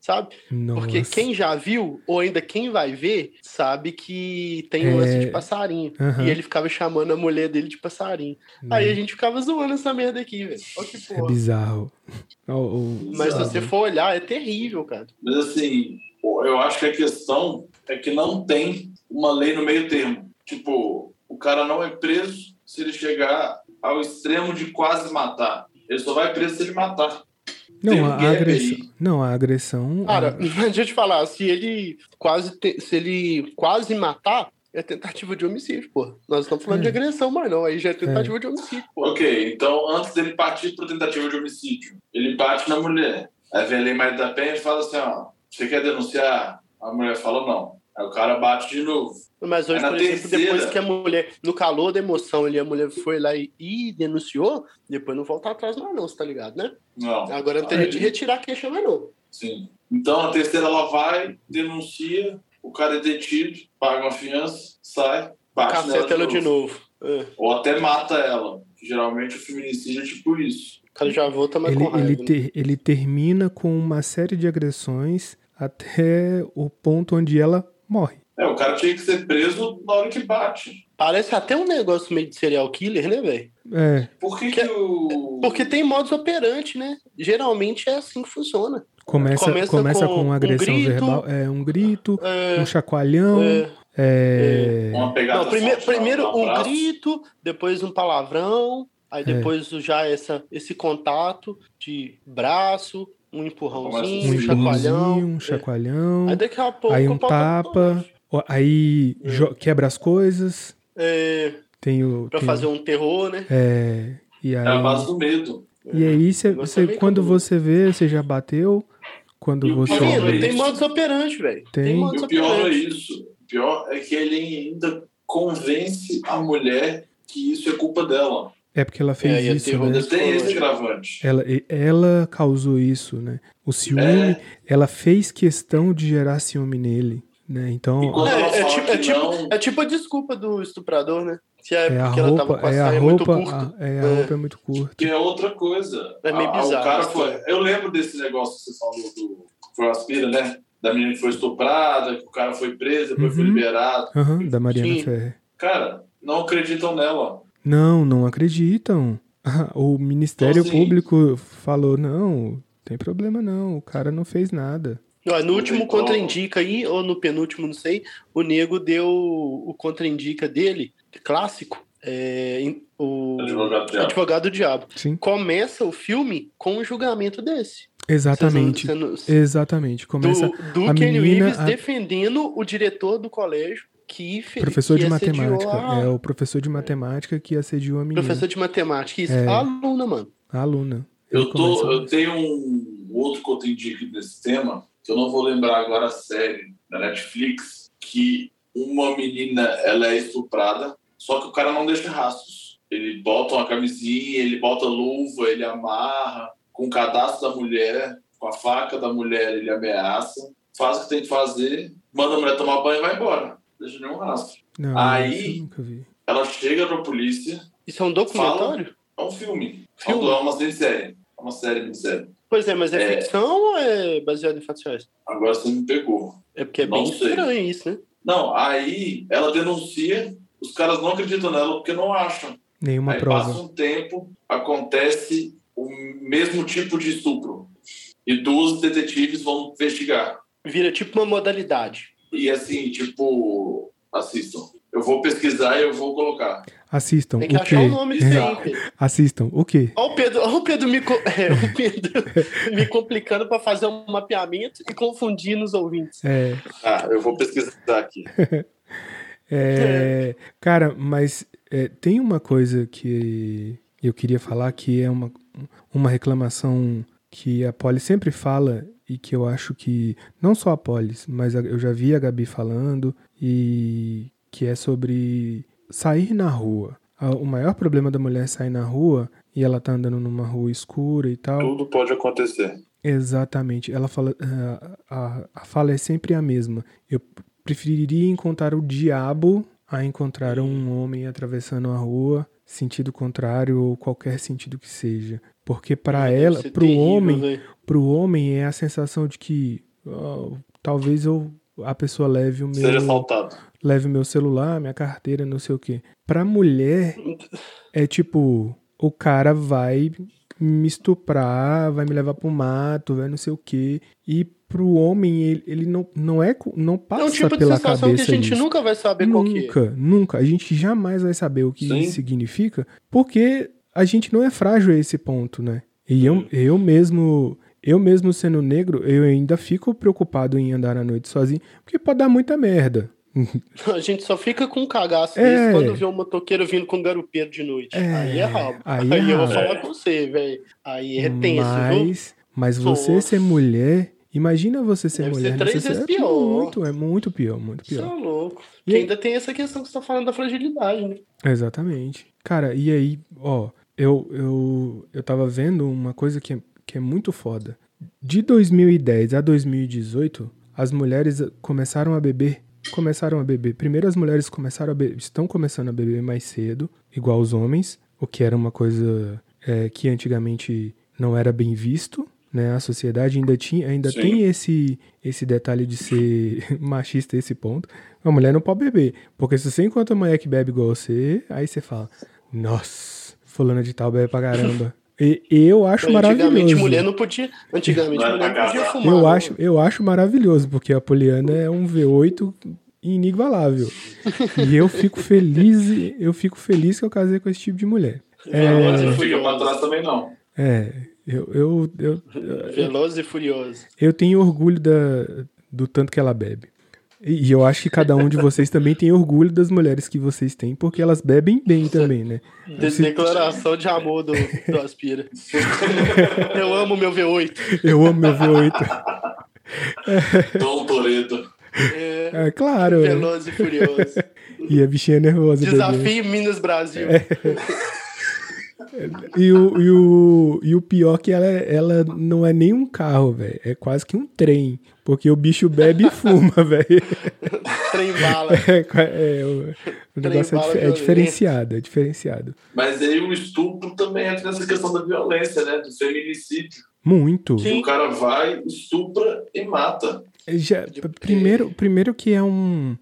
Speaker 3: Sabe? é, Porque
Speaker 1: Nossa.
Speaker 3: quem já viu, ou ainda quem vai ver, sabe que tem um
Speaker 1: É.
Speaker 3: lance de passarinho.
Speaker 1: Aham.
Speaker 3: E ele ficava chamando a mulher dele de passarinho.
Speaker 1: Não,
Speaker 3: Aí a gente ficava zoando essa merda aqui, velho. Olha que
Speaker 1: É
Speaker 3: porra.
Speaker 1: bizarro. Ó, o-
Speaker 3: Mas se
Speaker 4: bizarro.
Speaker 3: você for olhar, é terrível, cara.
Speaker 4: Mas assim, eu acho que a questão é que não tem uma lei no meio termo. Tipo, o cara não é preso se ele chegar ao extremo de quase matar. Ele só vai preso se ele matar. tem
Speaker 1: não,
Speaker 4: um
Speaker 1: a,
Speaker 4: gap aí.
Speaker 1: agressão. Não, a agressão.
Speaker 3: Cara,
Speaker 1: a-
Speaker 3: deixa eu te falar, se ele quase, te- se ele quase matar, é tentativa de homicídio, pô. Nós estamos falando
Speaker 1: É.
Speaker 3: de agressão, mas não, aí já é tentativa de homicídio, pô.
Speaker 4: Ok, então antes dele partir para tentativa de homicídio, ele bate na mulher. Aí vem a lei mais da Penha e fala assim: ó, você quer denunciar? A mulher fala não. Aí o cara bate de novo.
Speaker 3: Mas hoje,
Speaker 4: É na
Speaker 3: por exemplo,
Speaker 4: terceira.
Speaker 3: depois que a mulher, no calor da emoção ali, a mulher foi lá e, e denunciou, depois não volta atrás mais não, você tá ligado, né?
Speaker 4: Não.
Speaker 3: Agora não tem
Speaker 4: Aí-
Speaker 3: jeito de retirar a queixa mais não.
Speaker 4: Sim. Então a terceira ela vai, denuncia, o cara é detido, paga uma fiança, sai, bate
Speaker 3: Caceta ela
Speaker 4: nela
Speaker 3: de novo. É,
Speaker 4: Ou até mata ela. que Geralmente o feminicídio é tipo isso.
Speaker 3: o cara já volta mais
Speaker 1: ele,
Speaker 3: com raiva.
Speaker 1: ele,
Speaker 3: né?
Speaker 1: ter- ele termina com uma série de agressões até o ponto onde ela morre.
Speaker 4: É, o cara tinha que ser preso na hora que bate.
Speaker 3: Parece até um negócio meio de serial killer, né, velho?
Speaker 1: É,
Speaker 4: Por que,
Speaker 3: Que-
Speaker 4: que o.
Speaker 3: Porque tem modus operandi, né? Geralmente é assim que funciona.
Speaker 1: começa,
Speaker 3: Começa
Speaker 1: começa,
Speaker 3: com
Speaker 1: com,
Speaker 3: um
Speaker 1: uma agressão
Speaker 3: grito.
Speaker 1: verbal, é um grito,
Speaker 3: É,
Speaker 1: um chacoalhão,
Speaker 3: é.
Speaker 1: É,
Speaker 4: Uma pegada
Speaker 3: Não, primeiro,
Speaker 4: forte,
Speaker 3: primeiro
Speaker 4: um
Speaker 3: um
Speaker 4: abraço.
Speaker 3: grito, depois um
Speaker 1: É.
Speaker 3: palavrão, aí depois já essa, esse contato de braço, um empurrãozinho,
Speaker 1: Um
Speaker 3: um chacoalhão.
Speaker 1: empurrãozinho, um chacoalhão,
Speaker 3: Aí daqui a pouco.
Speaker 1: aí um
Speaker 3: o pau tá
Speaker 1: tapa, ó, aí jo- quebra as coisas,
Speaker 3: É,
Speaker 1: tem o...
Speaker 3: pra
Speaker 1: tem-
Speaker 3: fazer um terror, né?
Speaker 1: É, e aí...
Speaker 4: É a base do medo.
Speaker 1: E aí, cê,
Speaker 3: É. Você
Speaker 1: cê-
Speaker 3: vem
Speaker 1: quando
Speaker 3: com-
Speaker 1: você vê, você já bateu. Quando
Speaker 4: E o
Speaker 1: você
Speaker 4: Paulo
Speaker 3: Menino,
Speaker 1: vê,
Speaker 4: aí?
Speaker 3: tem modus operandi, velho.
Speaker 1: Tem.
Speaker 4: E
Speaker 3: modus
Speaker 4: o pior não é
Speaker 3: operandi.
Speaker 4: isso. O pior é que ele ainda convence a mulher que isso é culpa dela.
Speaker 1: é porque ela fez
Speaker 3: É, e é
Speaker 1: isso,
Speaker 3: terror
Speaker 1: né? É.
Speaker 3: das-
Speaker 4: Ainda tem esse agravante.
Speaker 1: Ela, e- ela causou isso, né? O ciúme,
Speaker 3: É.
Speaker 1: ela fez questão de gerar ciúme nele, né? Então,
Speaker 4: E quando
Speaker 3: É,
Speaker 4: ela
Speaker 3: é
Speaker 4: fala
Speaker 3: tipo-
Speaker 4: que
Speaker 3: é tipo-
Speaker 4: não,
Speaker 3: É tipo a desculpa do estuprador, né? Se
Speaker 1: é a
Speaker 3: porque ela tava com
Speaker 1: roupa,
Speaker 3: a
Speaker 1: é a
Speaker 3: saia muito
Speaker 1: roupa,
Speaker 3: curta.
Speaker 1: a- é a
Speaker 3: É.
Speaker 1: roupa é muito curta.
Speaker 4: que é outra coisa.
Speaker 3: É meio
Speaker 4: A- a-
Speaker 3: bizarro,
Speaker 4: O cara
Speaker 3: isso
Speaker 4: foi,
Speaker 3: é.
Speaker 4: eu lembro desse negócio que você falou do foi aspira, né? Da menina que foi estuprada, que o cara foi preso, depois foi
Speaker 1: Uhum.
Speaker 4: liberado.
Speaker 1: Aham, da Mariana
Speaker 3: Sim.
Speaker 1: Ferrer.
Speaker 4: Cara, não acreditam nela.
Speaker 1: Não, não acreditam. O Ministério
Speaker 4: Então, assim-
Speaker 1: Público falou: não, tem problema não, o cara não fez nada.
Speaker 3: Ó, No
Speaker 4: Não
Speaker 3: último
Speaker 4: tem como.
Speaker 3: contra-indica aí, ou no penúltimo, não sei, o Nego deu o contra-indica dele, clássico, é, em- o
Speaker 4: Advogado do Diabo.
Speaker 3: Advogado do Diabo.
Speaker 1: Sim,
Speaker 3: Começa o filme com um julgamento desse.
Speaker 1: exatamente.
Speaker 3: Vocês não- vocês não-
Speaker 1: Exatamente. Começa
Speaker 3: do do
Speaker 1: a
Speaker 3: Kenny
Speaker 1: menina,
Speaker 3: Reeves
Speaker 1: a-
Speaker 3: defendendo o diretor do colégio que fe-
Speaker 1: Professor
Speaker 3: que
Speaker 1: de
Speaker 3: assediou
Speaker 1: matemática.
Speaker 3: a-
Speaker 1: É o professor de matemática que assediou a menina,
Speaker 3: Professor de matemática, isso.
Speaker 1: É.
Speaker 3: A aluna, mano.
Speaker 1: a aluna. Ele
Speaker 4: Eu,
Speaker 1: começa-
Speaker 4: tô, eu tenho um outro que eu tenho de- desse tema, que eu não vou lembrar agora a série da Netflix, que uma menina ela é estuprada, só que o cara não deixa rastros. Ele bota uma camisinha, ele bota luva, ele amarra, com o cadastro da mulher, com a faca da mulher, ele ameaça, faz o que tem que fazer, manda a mulher tomar banho e vai embora. Não deixa nenhum rastro.
Speaker 1: Não,
Speaker 4: Aí-
Speaker 1: isso eu nunca vi.
Speaker 4: Ela chega pra polícia,
Speaker 3: Isso é um documentário?
Speaker 4: é um filme.
Speaker 3: Filme?
Speaker 4: É uma série. É uma série, minissérie.
Speaker 3: Pois é, mas é,
Speaker 4: É.
Speaker 3: ficção ou é baseado em fatos reais?
Speaker 4: Agora você me pegou.
Speaker 3: É porque é
Speaker 4: Não
Speaker 3: bem
Speaker 4: sei.
Speaker 3: estranho isso, né?
Speaker 4: Não, aí ela denuncia, os caras não acreditam nela porque não acham.
Speaker 1: Nenhuma
Speaker 4: aí
Speaker 1: prova.
Speaker 4: passa um tempo, acontece o mesmo tipo de estupro. E duas detetives vão investigar.
Speaker 3: Vira tipo uma modalidade.
Speaker 4: E assim, tipo, assistam. Eu vou pesquisar e eu vou colocar.
Speaker 1: Assistam.
Speaker 3: Tem que
Speaker 1: o quê?
Speaker 3: achar o nome disso aí, Pedro.
Speaker 1: Assistam. O quê?
Speaker 3: Olha o Pedro, olha o Pedro, me, co- é, o Pedro me complicando para fazer um mapeamento e confundindo os ouvintes.
Speaker 1: É,
Speaker 4: Ah, eu vou pesquisar aqui.
Speaker 1: é, Cara, mas é, tem uma coisa que eu queria falar que é uma, uma reclamação que a Polly sempre fala e que eu acho que não só a Polly, mas a- eu já vi a Gabi falando e que é sobre sair na rua. A- O maior problema da mulher é sair na rua e ela tá andando numa rua escura e tal.
Speaker 4: Tudo pode acontecer.
Speaker 1: Exatamente. Ela fala. ah, A, a fala é sempre a mesma. Eu preferiria encontrar o diabo a encontrar
Speaker 3: Hum.
Speaker 1: um homem atravessando a rua, sentido contrário ou qualquer sentido que seja. Porque para Ah, ela,
Speaker 3: Hum, Deve ser
Speaker 1: pro
Speaker 3: é terrível, né?
Speaker 1: homem,
Speaker 3: velho.
Speaker 1: pro homem é a sensação de que ó, talvez eu a pessoa leve o
Speaker 4: Seja
Speaker 1: meu
Speaker 4: assaltado.
Speaker 1: leve o meu celular, minha carteira, não sei o quê. Pra mulher é tipo, o cara vai me estuprar, vai me levar pro mato, vai não sei o quê. E pro homem, ele, ele não, não é, co- não
Speaker 3: É
Speaker 1: passa
Speaker 3: um tipo de
Speaker 1: pela
Speaker 3: sensação que a
Speaker 1: cabeça
Speaker 3: gente
Speaker 1: isso.
Speaker 3: nunca vai saber qual que é.
Speaker 1: Nunca, nunca. A gente jamais vai saber o que
Speaker 4: Sim.
Speaker 1: isso significa, porque a gente não é frágil a esse ponto, né? E
Speaker 3: Uhum.
Speaker 1: eu, eu mesmo, eu mesmo sendo negro, eu ainda fico preocupado em andar à noite sozinho, porque pode dar muita merda.
Speaker 3: A gente só fica com um cagaço
Speaker 1: É.
Speaker 3: desse quando vê um motoqueiro vindo com um garupeiro de noite.
Speaker 1: É.
Speaker 3: Aí é rabo.
Speaker 1: Aí é
Speaker 3: eu vou
Speaker 1: rabo.
Speaker 3: falar com você, velho. Aí é tenso, viu?
Speaker 1: mas, mas você
Speaker 3: Nossa.
Speaker 1: ser mulher, imagina você ser
Speaker 3: Deve ser
Speaker 1: mulher.
Speaker 3: três
Speaker 1: nessa-
Speaker 3: vezes
Speaker 1: é
Speaker 3: pior.
Speaker 1: muito, é muito pior, muito
Speaker 3: Você é
Speaker 1: pior.
Speaker 3: louco.
Speaker 1: E
Speaker 3: E
Speaker 1: aí-
Speaker 3: ainda tem essa questão que você tá falando da fragilidade, né?
Speaker 1: Exatamente. Cara, e aí, ó, eu, eu, eu tava vendo uma coisa que é, que é muito foda. De 2010 a 2018, as mulheres começaram a beber. Começaram a beber. Primeiro, as mulheres começaram a be- estão começando a beber mais cedo, igual os homens, o que era uma coisa é, que antigamente não era bem visto, né? A sociedade ainda tinha, ainda
Speaker 4: Sim.
Speaker 1: tem esse esse detalhe de ser machista esse ponto. A mulher não pode beber, porque se você encontra uma mulher que bebe igual você, aí você fala: "Nossa, fulana de tal bebe pra caramba". E eu acho
Speaker 3: Antigamente
Speaker 1: é maravilhoso.
Speaker 3: mulher não podia. Antigamente
Speaker 4: Não era
Speaker 3: mulher não
Speaker 4: pra
Speaker 3: podia
Speaker 4: casar.
Speaker 3: fumar. né?
Speaker 1: Eu
Speaker 3: não.
Speaker 1: acho, eu acho maravilhoso, porque a Poliana é um V8 inigualável. e eu fico feliz, eu fico feliz que eu casei com esse tipo de mulher.
Speaker 4: Agora
Speaker 3: É.
Speaker 4: você não fica pra trás também, não.
Speaker 1: É, Eu, eu, eu,
Speaker 3: Velozes e furiosos.
Speaker 1: eu tenho orgulho da, do tanto que ela bebe. E e eu acho que cada um de vocês também tem orgulho das mulheres que vocês têm, porque elas bebem bem também, né?
Speaker 3: De- declaração de amor do, do Aspira. Eu amo meu V8.
Speaker 1: Eu amo meu V8.
Speaker 4: Tom Toreto.
Speaker 3: É,
Speaker 1: É claro. né?
Speaker 3: Velozes e furiosos.
Speaker 1: E a bichinha é nervosa. bebendo.
Speaker 3: Desafio Minas Brasil.
Speaker 1: E o, e, o, e o pior é que ela, ela não é nem um carro, velho. É quase que um trem. Porque o bicho bebe e fuma, velho.
Speaker 3: Trem bala.
Speaker 1: É, qua- é, o, o negócio é,
Speaker 3: bala
Speaker 1: dif- é
Speaker 3: violento.
Speaker 1: diferenciado, é diferenciado.
Speaker 4: Mas aí o estupro também entra nessa questão da violência, né? Do feminicídio.
Speaker 1: Muito.
Speaker 3: Sim.
Speaker 4: O cara vai, estupra e mata.
Speaker 1: Já-
Speaker 3: Tipo
Speaker 1: p- primeiro, primeiro que é um.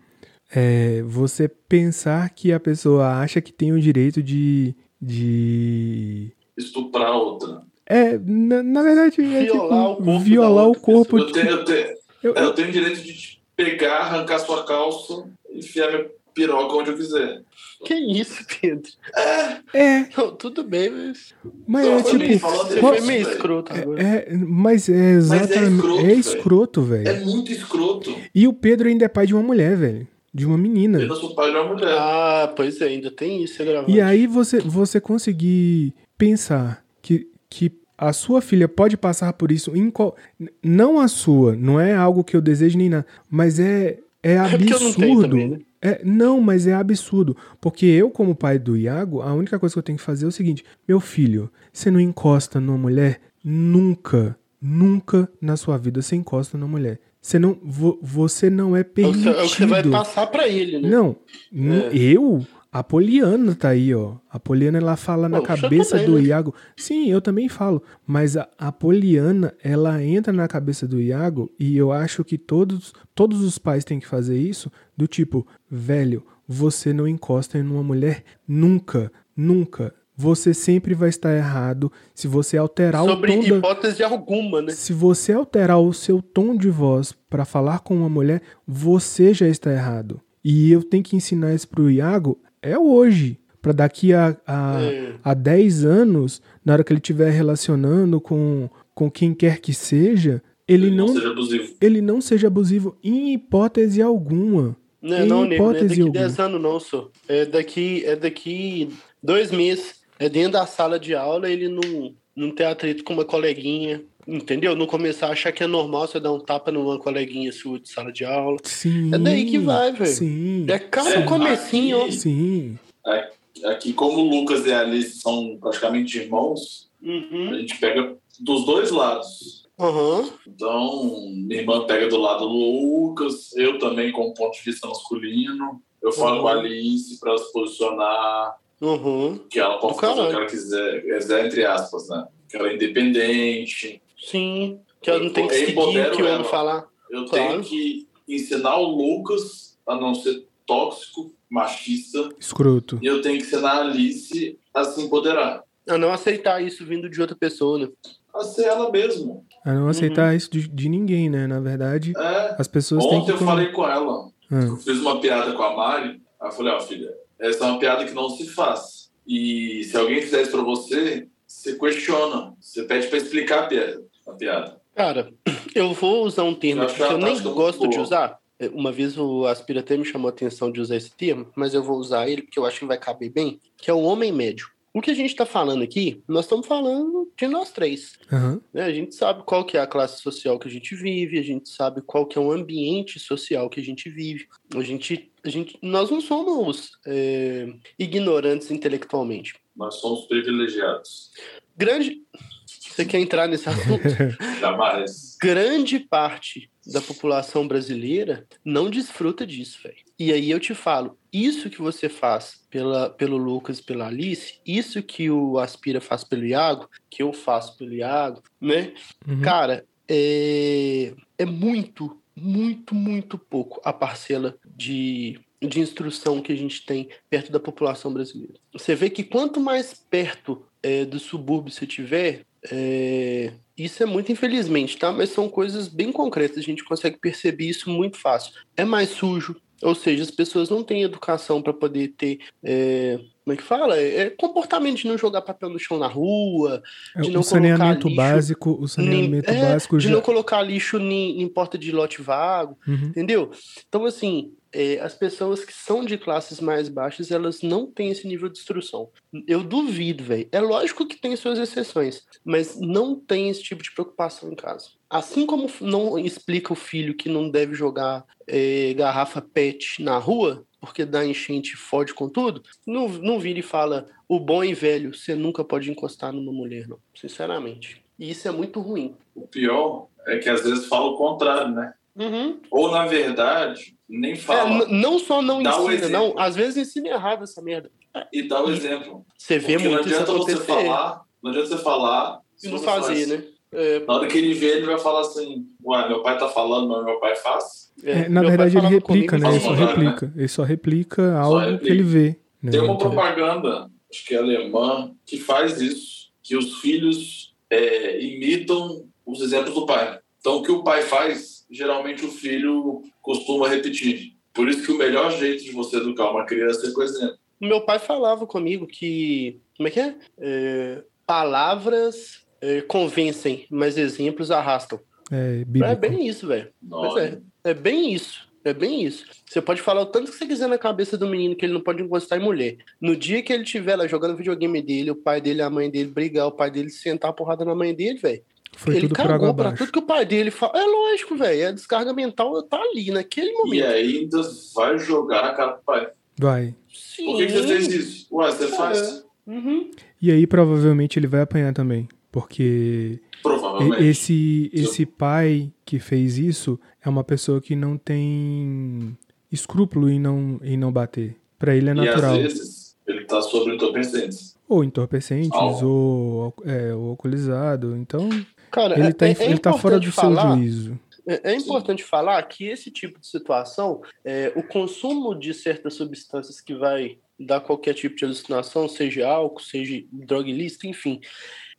Speaker 1: é, você pensar que a pessoa acha que tem o direito de. de
Speaker 4: Estuprar outra.
Speaker 1: é, na, na verdade, é tipo,
Speaker 3: Violar o corpo da
Speaker 1: violar o
Speaker 3: outra
Speaker 1: corpo.
Speaker 4: Eu tenho, eu, tenho,
Speaker 1: Eu-
Speaker 4: eu tenho direito de te pegar, arrancar sua calça, enfiar minha piroca onde eu quiser.
Speaker 3: Que isso, Pedro?
Speaker 1: É,
Speaker 3: Não, tudo bem, mas.
Speaker 1: mas
Speaker 4: Não,
Speaker 1: é
Speaker 4: foi meio-
Speaker 1: tipo.
Speaker 4: falando
Speaker 3: Você
Speaker 1: qual-
Speaker 3: foi meio escroto agora.
Speaker 1: É, mas é
Speaker 4: Mas é
Speaker 1: exatamente.
Speaker 4: escroto,
Speaker 1: é
Speaker 4: velho.
Speaker 1: escroto, velho.
Speaker 4: É muito escroto.
Speaker 1: E o Pedro ainda é pai de uma mulher, velho. De uma menina.
Speaker 4: Eu não sou pai de uma mulher.
Speaker 3: Ah, pois é, ainda tem isso gravado.
Speaker 1: E é aí você, você conseguir pensar que, que a sua filha pode passar por isso em qual. n- Não a sua, não é algo que eu desejo nem nada, mas é, é
Speaker 3: porque eu não tenho
Speaker 1: absurdo.
Speaker 3: também, né?
Speaker 1: É, não, mas é absurdo. Porque eu, como pai do Iago, a única coisa que eu tenho que fazer é o seguinte: meu filho, você não encosta numa mulher nunca, nunca na sua vida você encosta numa mulher. Você não, vo- você não é
Speaker 3: É o,
Speaker 1: permitido.
Speaker 3: que, é o que você vai passar pra ele, né?
Speaker 1: Não, n-
Speaker 3: É.
Speaker 1: eu? A Poliana tá aí, ó. A Poliana, ela fala na
Speaker 3: Não, isso eu
Speaker 1: cabeça
Speaker 3: também,
Speaker 1: do
Speaker 3: né?
Speaker 1: Iago. Sim, eu também falo. Mas a, a Poliana, ela entra na cabeça do Iago e eu acho que todos, todos os pais têm que fazer isso. Do tipo, velho, você não encosta em uma mulher nunca, nunca. Você sempre vai estar errado se você alterar
Speaker 3: Sobre
Speaker 1: o tom da...
Speaker 3: hipótese alguma, né?
Speaker 1: Se você alterar o seu tom de voz para falar com uma mulher, você já está errado. E eu tenho que ensinar isso pro Iago é hoje. Para daqui a, a,
Speaker 3: É.
Speaker 1: a 10 anos, na hora que ele estiver relacionando com, com quem quer que seja, ele não,
Speaker 4: seja abusivo.
Speaker 1: ele não seja abusivo em hipótese alguma.
Speaker 3: Não,
Speaker 1: Em
Speaker 3: não, nego, não é
Speaker 1: hipótese
Speaker 3: daqui
Speaker 1: alguma.
Speaker 3: 10 anos, não, só. É daqui, é daqui dois meses. É dentro da sala de aula ele não, não ter atrito com uma coleguinha. Entendeu? Não começar a achar que é normal você dar um tapa numa coleguinha sua de sala de aula.
Speaker 1: Sim.
Speaker 3: É daí que vai, velho.
Speaker 1: Sim.
Speaker 3: É cara no comecinho, ó.
Speaker 1: Sim.
Speaker 4: Aqui, como o Lucas e a Alice são praticamente irmãos, a
Speaker 3: Uhum.
Speaker 4: gente pega dos dois lados.
Speaker 3: Aham.
Speaker 4: Então, minha irmã pega do lado do Lucas, eu também com um ponto de vista masculino. Eu falo
Speaker 3: Uhum.
Speaker 4: com a Alice para se posicionar,
Speaker 3: Uhum.
Speaker 4: que ela pode
Speaker 3: Do
Speaker 4: fazer o que
Speaker 3: caralho.
Speaker 4: ela quiser, quiser, entre aspas, né? Que ela é independente.
Speaker 3: Sim. Que ela não tem que
Speaker 4: Eu
Speaker 3: seguir o
Speaker 4: empodero
Speaker 3: que o homem
Speaker 4: ela.
Speaker 3: falar.
Speaker 4: Eu
Speaker 3: Claro.
Speaker 4: tenho que ensinar o Lucas a não ser tóxico, machista,
Speaker 1: Escroto.
Speaker 4: E eu tenho que ensinar a Alice a se empoderar.
Speaker 3: A não aceitar isso vindo de outra pessoa, né?
Speaker 4: A ser ela mesma.
Speaker 1: A
Speaker 3: Uhum.
Speaker 1: não aceitar isso de, de ninguém, né? Na verdade,
Speaker 4: É.
Speaker 1: as pessoas têm
Speaker 4: Ontem
Speaker 1: Então que.
Speaker 4: eu
Speaker 1: com-
Speaker 4: falei com ela.
Speaker 1: Ah,
Speaker 4: Eu fiz uma piada com a Mari. Aí eu falei, ó, filha, essa é uma piada que não se faz. E se alguém fizer isso pra você, você questiona. Você pede pra explicar a piada. A piada.
Speaker 3: Cara, eu vou usar um termo
Speaker 4: Eu
Speaker 3: aqui que
Speaker 4: acho a
Speaker 3: eu nem
Speaker 4: tática muito
Speaker 3: gosto de
Speaker 4: boa.
Speaker 3: usar. É, Uma vez o Aspira até me chamou a atenção de usar esse termo, mas eu vou usar ele porque eu acho que vai caber bem, que é o homem médio. O que a gente está falando aqui, nós estamos falando de nós três.
Speaker 1: Ah, aham.
Speaker 3: né? A gente sabe qual que é a classe social que a gente vive, a gente sabe qual que é o ambiente social que a gente vive. A gente, a gente, nós não somos é, ignorantes intelectualmente.
Speaker 4: Nós somos privilegiados.
Speaker 3: Grande. Você quer entrar nesse assunto?
Speaker 4: Jamais.
Speaker 3: grande parte da população brasileira não desfruta disso, velho. E aí eu te falo, isso que você faz pela, pelo Lucas, pela Alice, isso que o Aspira faz pelo Iago, que eu faço pelo Iago, né?
Speaker 1: Uhum.
Speaker 3: Cara, é, é muito, muito, muito pouco a parcela de, de instrução que a gente tem perto da população brasileira. Você vê que quanto mais perto é, do subúrbio você tiver, é, isso é muito infelizmente, tá? Mas são coisas bem concretas, a gente consegue perceber isso muito fácil. É mais sujo, Ou seja, as pessoas não têm educação para poder ter. É, como é que fala? É, comportamento de não jogar papel no chão na rua,
Speaker 1: É,
Speaker 3: de não
Speaker 1: o saneamento
Speaker 3: colocar lixo,
Speaker 1: básico, o saneamento
Speaker 3: é,
Speaker 1: básico
Speaker 3: de
Speaker 1: já.
Speaker 3: não colocar lixo em, em porta de lote vago,
Speaker 1: Uhum.
Speaker 3: entendeu? Então, assim, é, as pessoas que são de classes mais baixas, elas não têm esse nível de instrução. Eu duvido, velho. É lógico que tem suas exceções, mas não tem esse tipo de preocupação em casa. Assim como não explica o filho que não deve jogar é, garrafa PET na rua, porque dá enchente e fode com tudo, não, não vira e fala o bom e velho, você nunca pode encostar numa mulher, não. Sinceramente. E isso é muito ruim.
Speaker 4: O pior é que às vezes fala o contrário, né?
Speaker 3: Uhum.
Speaker 4: Ou na verdade, nem
Speaker 3: É,
Speaker 4: fala
Speaker 3: n- não só não
Speaker 4: Dá o
Speaker 3: ensina,
Speaker 4: exemplo.
Speaker 3: não. Às vezes ensina errado essa merda.
Speaker 4: e dá o exemplo.
Speaker 3: Você
Speaker 4: Porque
Speaker 3: vê
Speaker 4: não
Speaker 3: muito isso
Speaker 4: adianta você
Speaker 3: acontecer
Speaker 4: falar, não adianta você falar
Speaker 3: e não
Speaker 4: você
Speaker 3: fazer,
Speaker 4: faz.
Speaker 3: né? É,
Speaker 4: Na hora que ele vê, ele vai falar assim: Ué, meu pai tá falando, mas meu pai faz.
Speaker 3: é,
Speaker 1: É, na
Speaker 3: meu pai
Speaker 1: verdade, ele
Speaker 3: falava
Speaker 1: replica,
Speaker 3: comigo, então, assim,
Speaker 1: né? Ele
Speaker 4: faz
Speaker 1: só
Speaker 3: falava,
Speaker 4: maldade, né?
Speaker 1: replica. Ele só replica algo que
Speaker 4: replica.
Speaker 1: ele vê. né?
Speaker 3: um
Speaker 4: Tem uma
Speaker 1: Então,
Speaker 4: propaganda, acho que é alemã, que faz isso: que os filhos é, imitam os exemplos do pai. Então, o que o pai faz, geralmente o filho costuma repetir. Por isso que o melhor jeito de você educar uma criança é com exemplo.
Speaker 3: Meu pai falava comigo que. Como é que é? É, palavras é, convencem, mas exemplos arrastam.
Speaker 1: É,
Speaker 3: É
Speaker 1: bíblico.
Speaker 3: bem isso, velho. Pois
Speaker 4: Nossa.
Speaker 3: é. É bem isso. É bem isso. Você pode falar o tanto que você quiser na cabeça do menino que ele não pode encostar em mulher. No dia que ele tiver lá jogando videogame dele, o pai dele, a mãe dele brigar, o pai dele sentar a porrada na mãe dele, velho.
Speaker 1: Foi
Speaker 3: ele
Speaker 1: tudo por água
Speaker 3: cagou pra
Speaker 1: abaixo.
Speaker 3: tudo que o pai dele fala. É lógico, velho. A descarga mental tá ali, naquele
Speaker 4: E é.
Speaker 3: momento.
Speaker 4: ainda vai jogar a cara do pai.
Speaker 1: Vai.
Speaker 3: Sim.
Speaker 4: Por que, que você fez isso? Ué, você faz?
Speaker 3: Uhum.
Speaker 1: E aí, provavelmente, ele vai apanhar também. Porque E-
Speaker 4: Provavelmente.
Speaker 1: Esse,
Speaker 4: Sim.
Speaker 1: esse pai que fez isso é uma pessoa que não tem escrúpulo em não, em não bater. Pra ele é natural.
Speaker 4: E às vezes ele tá sobre entorpecentes.
Speaker 1: Ou entorpecentes,
Speaker 4: Álcool.
Speaker 1: ou, é, ou alcoolizado. Então,
Speaker 3: Cara,
Speaker 1: ele
Speaker 3: é,
Speaker 1: tá,
Speaker 3: é,
Speaker 1: ele tá fora
Speaker 3: importante
Speaker 1: do seu
Speaker 3: falar,
Speaker 1: juízo.
Speaker 3: É é importante falar que esse tipo de situação, é, o consumo de certas substâncias que vai dar qualquer tipo de alucinação, seja álcool, seja droga ilícita, enfim,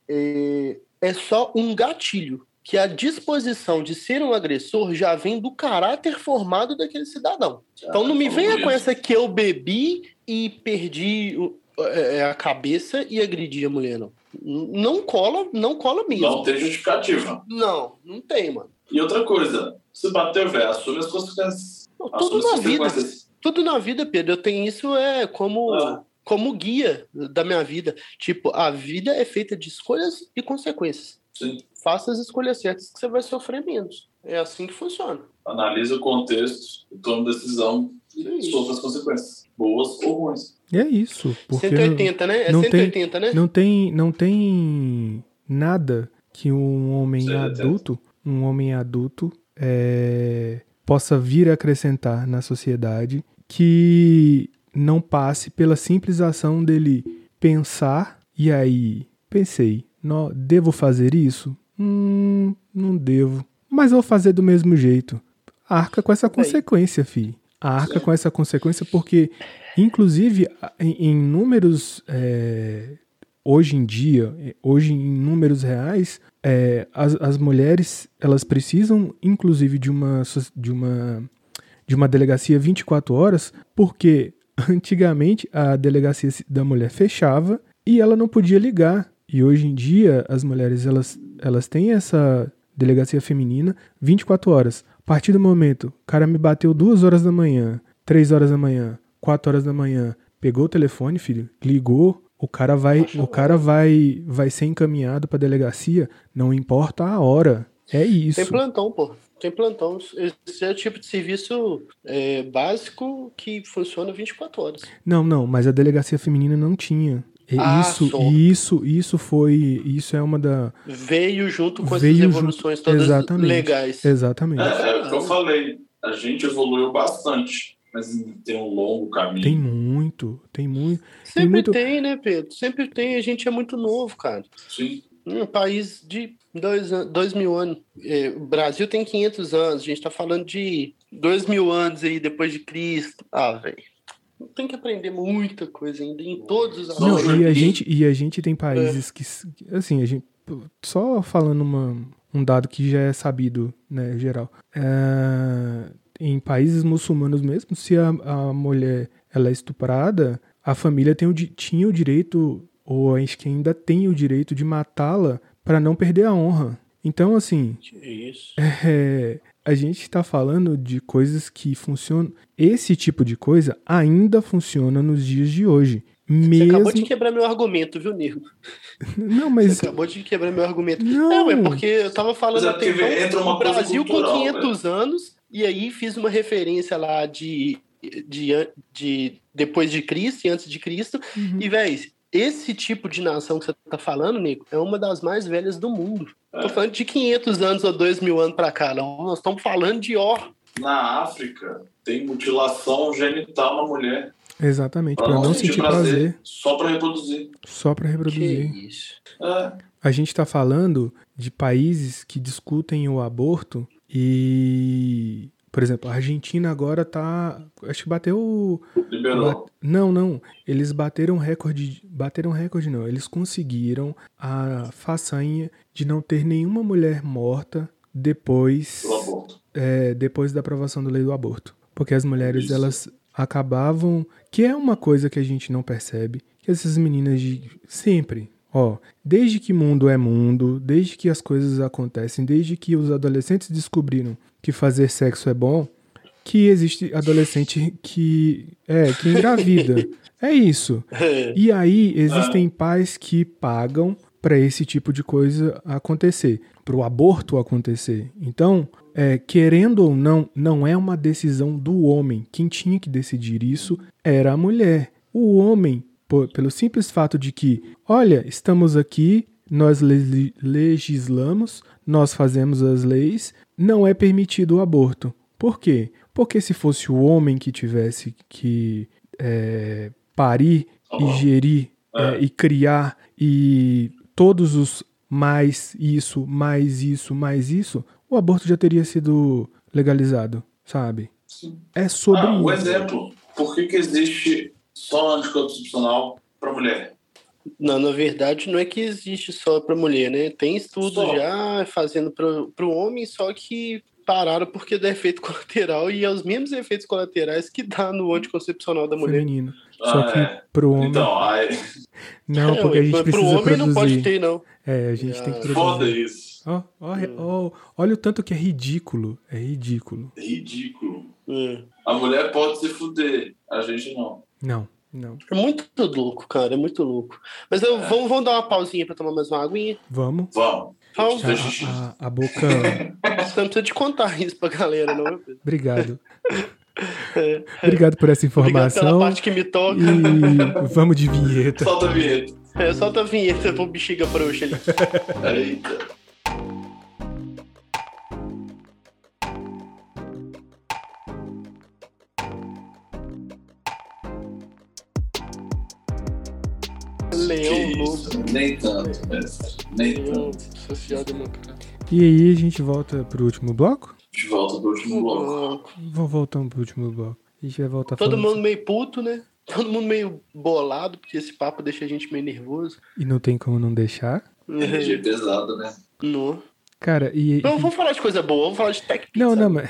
Speaker 3: é, é só um gatilho. Que a disposição de ser um agressor já vem do caráter formado daquele cidadão. Então não me
Speaker 4: Ah,
Speaker 3: venha com essa que eu bebi e perdi o- é, a cabeça e agredi a mulher, não. Não cola, não cola mesmo.
Speaker 4: Não tem justificativa.
Speaker 3: não, não tem, mano.
Speaker 4: E outra coisa, se bateu, velho, assume as consequências.
Speaker 3: Não,
Speaker 4: Assume
Speaker 3: tudo na
Speaker 4: as
Speaker 3: vida.
Speaker 4: consequências.
Speaker 3: Tudo na vida, Pedro. Eu tenho isso é como
Speaker 4: Ah.
Speaker 3: como guia da minha vida. Tipo, a vida é feita de escolhas e consequências.
Speaker 4: Sim.
Speaker 3: Faça as escolhas certas que você vai sofrer menos. É assim que funciona.
Speaker 4: Analisa o contexto, e toma decisão
Speaker 3: É isso.
Speaker 4: e sofre as consequências, boas ou ruins.
Speaker 1: E é isso. Porque
Speaker 3: 180, né? É
Speaker 1: não tem-
Speaker 3: 180, né?
Speaker 1: não tem, não tem nada que um homem
Speaker 4: Certo.
Speaker 1: adulto, um homem adulto, é, possa vir a acrescentar na sociedade que não passe pela simples ação dele pensar e aí pensei, "Nó, devo fazer isso? Hum, não devo, mas vou fazer do mesmo jeito. Arca com essa
Speaker 3: Bem.
Speaker 1: consequência, fi. Arca com essa consequência porque, inclusive, a- em, em números é, hoje em dia, eh, hoje em números reais, eh, as, as mulheres elas precisam, inclusive, de uma, so- de uma de uma delegacia 24 horas, porque antigamente a delegacia se- da mulher fechava e ela não podia ligar. E hoje em dia as mulheres elas, elas têm essa delegacia feminina 24 horas. A partir do momento, o cara me bateu 2 horas da manhã, 3 horas da manhã, 4 horas da manhã, pegou o telefone, filho, ligou, o cara vai, o cara vai vai ser encaminhado para delegacia, não importa a hora. É
Speaker 3: Tem
Speaker 1: isso.
Speaker 3: plantão, pô. Tem plantão. Esse é o tipo de serviço é, básico que funciona 24 horas.
Speaker 1: Não, não, mas a delegacia feminina não tinha. E
Speaker 3: Ah,
Speaker 1: isso,
Speaker 3: só.
Speaker 1: isso, isso foi, isso é uma da,
Speaker 3: Veio junto com
Speaker 1: Veio
Speaker 3: essas
Speaker 1: junto-
Speaker 3: evoluções todas
Speaker 1: exatamente.
Speaker 3: legais.
Speaker 4: É,
Speaker 1: exatamente.
Speaker 4: é o que eu falei, a gente evoluiu bastante, mas tem um longo caminho.
Speaker 1: Tem muito, tem muito.
Speaker 3: Sempre
Speaker 1: muito-
Speaker 3: tem, né, Pedro? Sempre tem. A gente é muito novo, cara.
Speaker 4: Sim.
Speaker 3: Um país de dois, an- dois mil anos. É, o Brasil tem 500 anos. A gente tá falando de dois mil anos aí depois de Cristo. Ah, velho. Tem que aprender muita coisa ainda em todos os
Speaker 4: Não,
Speaker 1: Não,
Speaker 3: assuntos.
Speaker 1: e a
Speaker 4: Jordi.
Speaker 1: gente, e a gente tem países que, assim, a gente só falando uma, um dado que já é sabido, né, geral. É, em países muçulmanos mesmo, se a, a mulher ela é estuprada, a família tem o, tinha o direito, ou acho que ainda tem o direito de matá-la para não perder a honra. Então, assim.
Speaker 3: Isso.
Speaker 1: É, a gente está falando de coisas que funcionam. Esse tipo de coisa ainda funciona nos dias de hoje.
Speaker 3: Você
Speaker 1: Mesmo...
Speaker 3: acabou de quebrar meu argumento, viu, Nego?
Speaker 1: Não,
Speaker 3: Você
Speaker 1: mas.
Speaker 3: acabou de quebrar meu argumento.
Speaker 1: é. Não.
Speaker 3: Não, é porque eu tava falando
Speaker 4: Mas é porque
Speaker 3: então,
Speaker 4: entra uma
Speaker 3: o
Speaker 4: coisa
Speaker 3: Brasil
Speaker 4: cultural, né?
Speaker 3: com 500 anos, e aí fiz uma referência lá de, de, an- de depois de Cristo e antes de Cristo.
Speaker 1: Uhum.
Speaker 3: E, véi, esse tipo de nação que você tá falando, Nico, é uma das mais velhas do mundo.
Speaker 4: É.
Speaker 3: Tô falando de 500 anos ou 2 mil anos pra cá, não. Nós estamos falando de ó.
Speaker 4: Na África, tem mutilação genital na mulher.
Speaker 1: Exatamente,
Speaker 4: pra
Speaker 1: para não sentir prazer,
Speaker 4: Só pra reproduzir.
Speaker 1: só para reproduzir.
Speaker 3: Que isso.
Speaker 4: É.
Speaker 1: A gente está falando de países que discutem o aborto e, por exemplo, a Argentina agora tá, acho que bateu,
Speaker 4: Liberou.
Speaker 1: bat- não, não, eles bateram recorde, bateram recorde não, eles conseguiram a façanha de não ter nenhuma mulher morta depois
Speaker 4: do aborto.
Speaker 1: é, depois da aprovação da lei do aborto. Porque as mulheres,
Speaker 4: Isso.
Speaker 1: elas acabavam. Que é uma coisa que a gente não percebe. Que essas meninas de. Sempre. Ó, desde que mundo é mundo, desde que as coisas acontecem, desde que os adolescentes descobriram que fazer sexo é bom, que existe adolescente que. É, que engravida. é isso. E aí existem pais que pagam pra esse tipo de coisa acontecer, para o aborto acontecer. Então, é, querendo ou não, não é uma decisão do homem. Quem tinha que decidir isso era a mulher. O homem, pô, pelo simples fato de que, olha, estamos aqui, nós le- legislamos, nós fazemos as leis, não é permitido o aborto. Por quê? Porque se fosse o homem que tivesse que é, parir e gerir
Speaker 4: É.
Speaker 1: é, e criar e todos os mais isso, mais isso, mais isso, o aborto já teria sido legalizado, sabe?
Speaker 4: Sim.
Speaker 1: É sobre
Speaker 4: Ah, um
Speaker 1: isso.
Speaker 4: exemplo. Por que, que existe só anticoncepcional pra mulher?
Speaker 3: Não, na verdade, não é que existe só para mulher, né? Tem estudo
Speaker 4: Só.
Speaker 3: já fazendo para o homem, só que pararam porque dá efeito colateral e é os mesmos efeitos colaterais que dá no anticoncepcional da mulher.
Speaker 1: feminino.
Speaker 4: é Ah,
Speaker 1: Só que
Speaker 4: é.
Speaker 1: pro homem.
Speaker 4: Então, aí,
Speaker 1: não,
Speaker 4: É,
Speaker 1: porque a
Speaker 3: ué,
Speaker 1: gente
Speaker 3: mas pro
Speaker 1: precisa
Speaker 3: homem
Speaker 1: produzir.
Speaker 3: não pode ter, não.
Speaker 1: É, a gente tem que
Speaker 3: Ah,
Speaker 1: produzir.
Speaker 4: foda isso.
Speaker 1: Ó, ó, re- ó, olha o tanto que é ridículo. É ridículo.
Speaker 4: Ridículo.
Speaker 3: É.
Speaker 4: A mulher pode se fuder, a gente não.
Speaker 1: Não, não.
Speaker 3: É muito louco, cara, é muito louco. Mas eu- vamos, vamos dar uma pausinha para tomar mais uma aguinha?
Speaker 1: Vamos.
Speaker 4: Vamos.
Speaker 3: Pausa.
Speaker 4: Deixa eu-
Speaker 1: A, a- a boca.
Speaker 3: Você não precisa de contar isso pra galera, não. viu?
Speaker 1: Obrigado.
Speaker 4: É.
Speaker 1: Obrigado por essa
Speaker 3: Obrigado pela
Speaker 1: informação.
Speaker 3: parte que me toca.
Speaker 1: E vamos de vinheta.
Speaker 4: Solta a vinheta.
Speaker 3: É, solta a vinheta pro bexiga frouxa ali.
Speaker 4: Eita.
Speaker 3: Leão
Speaker 4: Que
Speaker 3: Lobo.
Speaker 4: isso, Nem tanto, mestre. Nem
Speaker 3: Leão
Speaker 4: tanto.
Speaker 3: Social Democrata.
Speaker 1: E aí a gente volta pro último bloco?
Speaker 4: De volta do último bloco.
Speaker 1: Vou voltar pro último bloco. A gente vai voltar
Speaker 3: Todo
Speaker 1: Tá falando-
Speaker 3: mundo meio puto, né? Todo mundo meio bolado, porque esse papo deixa a gente meio nervoso.
Speaker 1: E não tem como não deixar.
Speaker 4: Energia pesada, né?
Speaker 3: Não.
Speaker 1: Cara, e.
Speaker 3: Não, vamos falar de coisa boa, vamos falar de tech pizza.
Speaker 1: Não, não, mas.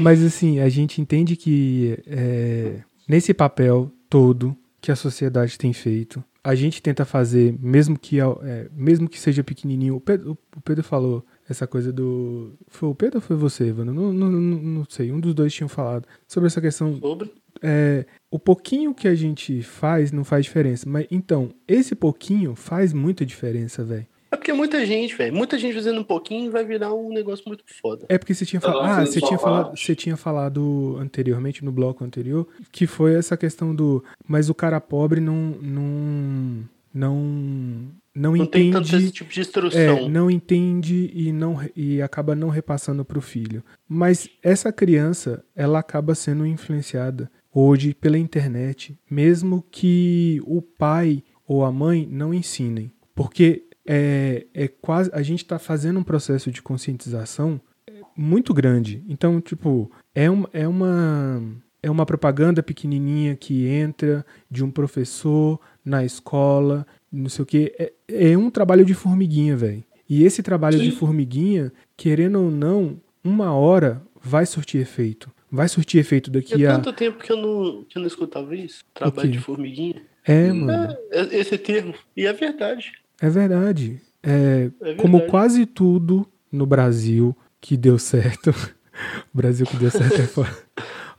Speaker 1: mas assim, a gente entende que é, nesse papel todo que a sociedade tem feito, a gente tenta fazer, mesmo que, ao- é, mesmo que seja pequenininho. O Pedro, o Pedro falou essa coisa do. Foi o Pedro ou foi você, Evandro? Não, não, não, não sei. Um dos dois tinham falado sobre essa questão
Speaker 3: Sobre.
Speaker 1: é, o pouquinho que a gente faz não faz diferença. Mas então, esse pouquinho faz muita diferença, velho.
Speaker 3: É porque muita gente, velho. Muita gente fazendo um pouquinho vai virar um negócio muito foda.
Speaker 1: É porque você tinha
Speaker 4: Cada um
Speaker 1: falado. Ah,
Speaker 4: fez a
Speaker 1: você
Speaker 4: sua
Speaker 1: tinha falado,
Speaker 4: parte.
Speaker 1: você tinha falado anteriormente, no bloco anterior, que foi essa questão do. Mas o cara pobre não. não. não. não
Speaker 3: Não tem tanto esse
Speaker 1: entende.
Speaker 3: tipo de
Speaker 1: É,
Speaker 3: instrução.
Speaker 1: não entende e, não, re- e acaba não repassando para o filho. Mas essa criança, ela acaba sendo influenciada hoje pela internet, mesmo que o pai ou a mãe não ensinem. Porque é, é quase a gente está fazendo um processo de conscientização é, muito grande. Então, tipo, é, um, é uma. É uma propaganda pequenininha que entra de um professor na escola, não sei o quê. É, é um trabalho de formiguinha, velho. E esse trabalho de
Speaker 4: Sim.
Speaker 1: formiguinha, querendo ou não, uma hora vai surtir efeito. Vai surtir efeito daqui
Speaker 3: é
Speaker 1: a.
Speaker 3: tanto tempo que eu não, que eu não escutava isso. Trabalho
Speaker 1: quê?
Speaker 3: de formiguinha.
Speaker 1: É, mano.
Speaker 3: É, é- esse termo. E é verdade.
Speaker 1: É verdade. É,
Speaker 3: É verdade.
Speaker 1: como quase tudo no Brasil que deu certo. o Brasil que deu certo é foda.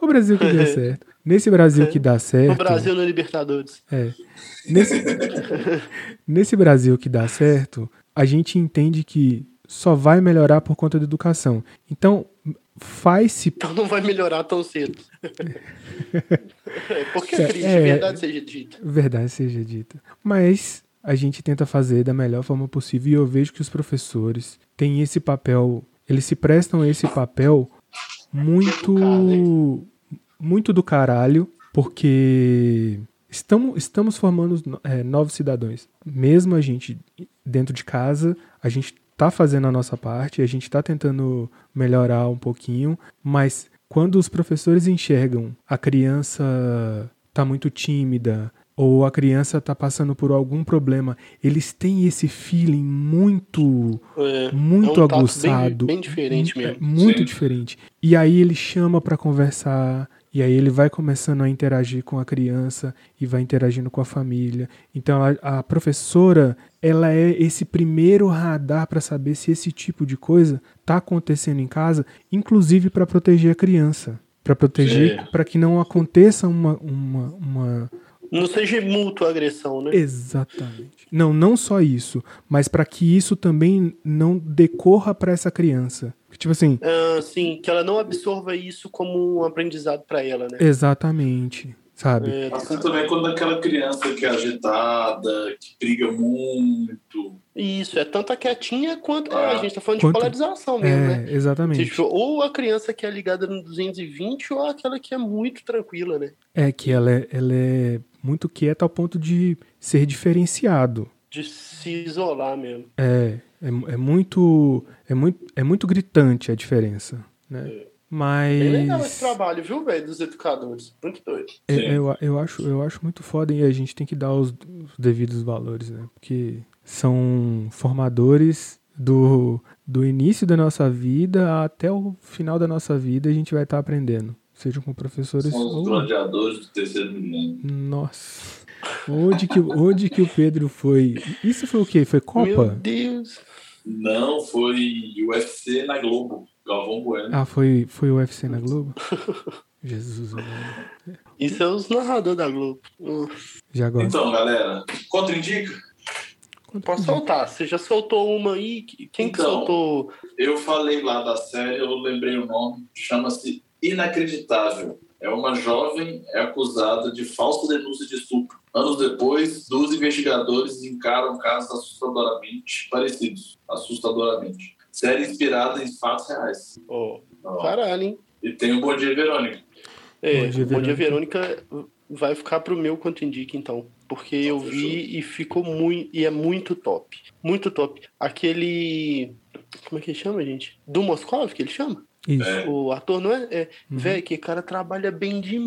Speaker 1: O Brasil que deu certo. Nesse Brasil que dá certo.
Speaker 3: É. O Brasil na Libertadores.
Speaker 1: É. Nesse, nesse Brasil que dá certo, a gente entende que só vai melhorar por conta da educação. Então, faz-se.
Speaker 3: Então não vai melhorar tão cedo. é, porque
Speaker 1: É,
Speaker 3: é triste,
Speaker 1: é.
Speaker 3: verdade seja dita.
Speaker 1: Verdade seja dita. Mas a gente tenta fazer da melhor forma possível e eu vejo que os professores têm esse papel. Eles se prestam esse papel muito. Muito do caralho, porque estamos, estamos formando no- é, novos cidadãos. Mesmo a gente dentro de casa, a gente tá fazendo a nossa parte, a gente tá tentando melhorar um pouquinho, mas quando os professores enxergam a criança tá muito tímida ou a criança tá passando por algum problema, eles têm esse feeling muito
Speaker 3: É,
Speaker 1: muito
Speaker 3: é um tato
Speaker 1: aguçado,
Speaker 3: Bem, bem diferente
Speaker 1: mu- é,
Speaker 3: mesmo.
Speaker 1: muito
Speaker 4: Sim.
Speaker 1: diferente. E aí ele chama pra conversar, e aí ele vai começando a interagir com a criança e vai interagindo com a família. Então a, a professora, ela é esse primeiro radar pra saber se esse tipo de coisa tá acontecendo em casa, inclusive pra proteger a criança, Pra proteger,
Speaker 3: É.
Speaker 1: pra que não aconteça uma- uma, uma
Speaker 3: Não seja mútua a agressão, né?
Speaker 1: Exatamente. Não, não só isso, mas para que isso também não decorra para essa criança. Tipo assim,
Speaker 3: Ah, sim, que ela não absorva isso como um aprendizado pra ela,
Speaker 1: É.
Speaker 3: né?
Speaker 1: exatamente, sabe?
Speaker 3: É,
Speaker 4: Assim também quando aquela criança que é agitada, que briga muito.
Speaker 3: isso, é tanto a quietinha quanto a,
Speaker 4: Ah.
Speaker 3: gente tá falando
Speaker 1: Quanto-
Speaker 3: de polarização
Speaker 1: É,
Speaker 3: mesmo, né? Se
Speaker 1: exatamente.
Speaker 3: for ou a criança que é ligada no 220 ou aquela que é muito tranquila, né?
Speaker 1: É que ela é, ela é muito quieta ao ponto de ser diferenciado.
Speaker 3: De se isolar mesmo.
Speaker 1: É, é, mu- é muito, é muito, é muito gritante a diferença, né? Mas
Speaker 3: Bem É. legal esse trabalho, viu, velho, dos educadores. Muito doido.
Speaker 1: Eu,
Speaker 4: Sim.
Speaker 1: É, eu, eu acho, eu acho muito foda e a gente tem que dar os, os devidos valores, né? Porque são formadores do, do início da nossa vida até o final da nossa vida a gente vai estar aprendendo. Sejam com professores
Speaker 4: São os
Speaker 1: ou...
Speaker 4: gladiadores do terceiro milênio.
Speaker 1: Nossa! Onde que, onde que o Pedro foi? Isso foi o quê? Foi
Speaker 3: Meu
Speaker 1: Copa?
Speaker 3: Deus.
Speaker 4: Não, foi UFC na Globo. Galvão Bueno.
Speaker 1: Ah, foi, foi o UFC na Globo? Jesus, mano. Hum?
Speaker 3: Isso é os narradores da Globo. Hum.
Speaker 1: Já gosto.
Speaker 4: Então, galera, contraindica?
Speaker 1: Uhum.
Speaker 3: Posso soltar? Você já soltou uma aí? Quem que
Speaker 4: Então.
Speaker 3: soltou?
Speaker 4: Eu falei lá da série, eu lembrei o nome, chama-se Inacreditável. É uma jovem é acusada de falsa denúncia de estupro. Anos depois, dois investigadores encaram casos assustadoramente parecidos. Assustadoramente. Série inspirada em fatos reais.
Speaker 3: Ó, caralho, hein?
Speaker 4: E tem o Bom Dia, Verônica.
Speaker 3: É,
Speaker 1: Bom dia,
Speaker 3: Bom dia, Verônica uh, vai ficar pro meu quanto indica, então. Porque eu
Speaker 4: fechou.
Speaker 3: vi e ficou muito. E é muito top. Muito top. Aquele. Como é que ele chama, gente? Do Moscov, que ele chama?
Speaker 1: Isso.
Speaker 3: O ator, não é? É.
Speaker 1: Uhum.
Speaker 3: Véi, que cara trabalha bem
Speaker 4: Muito bem.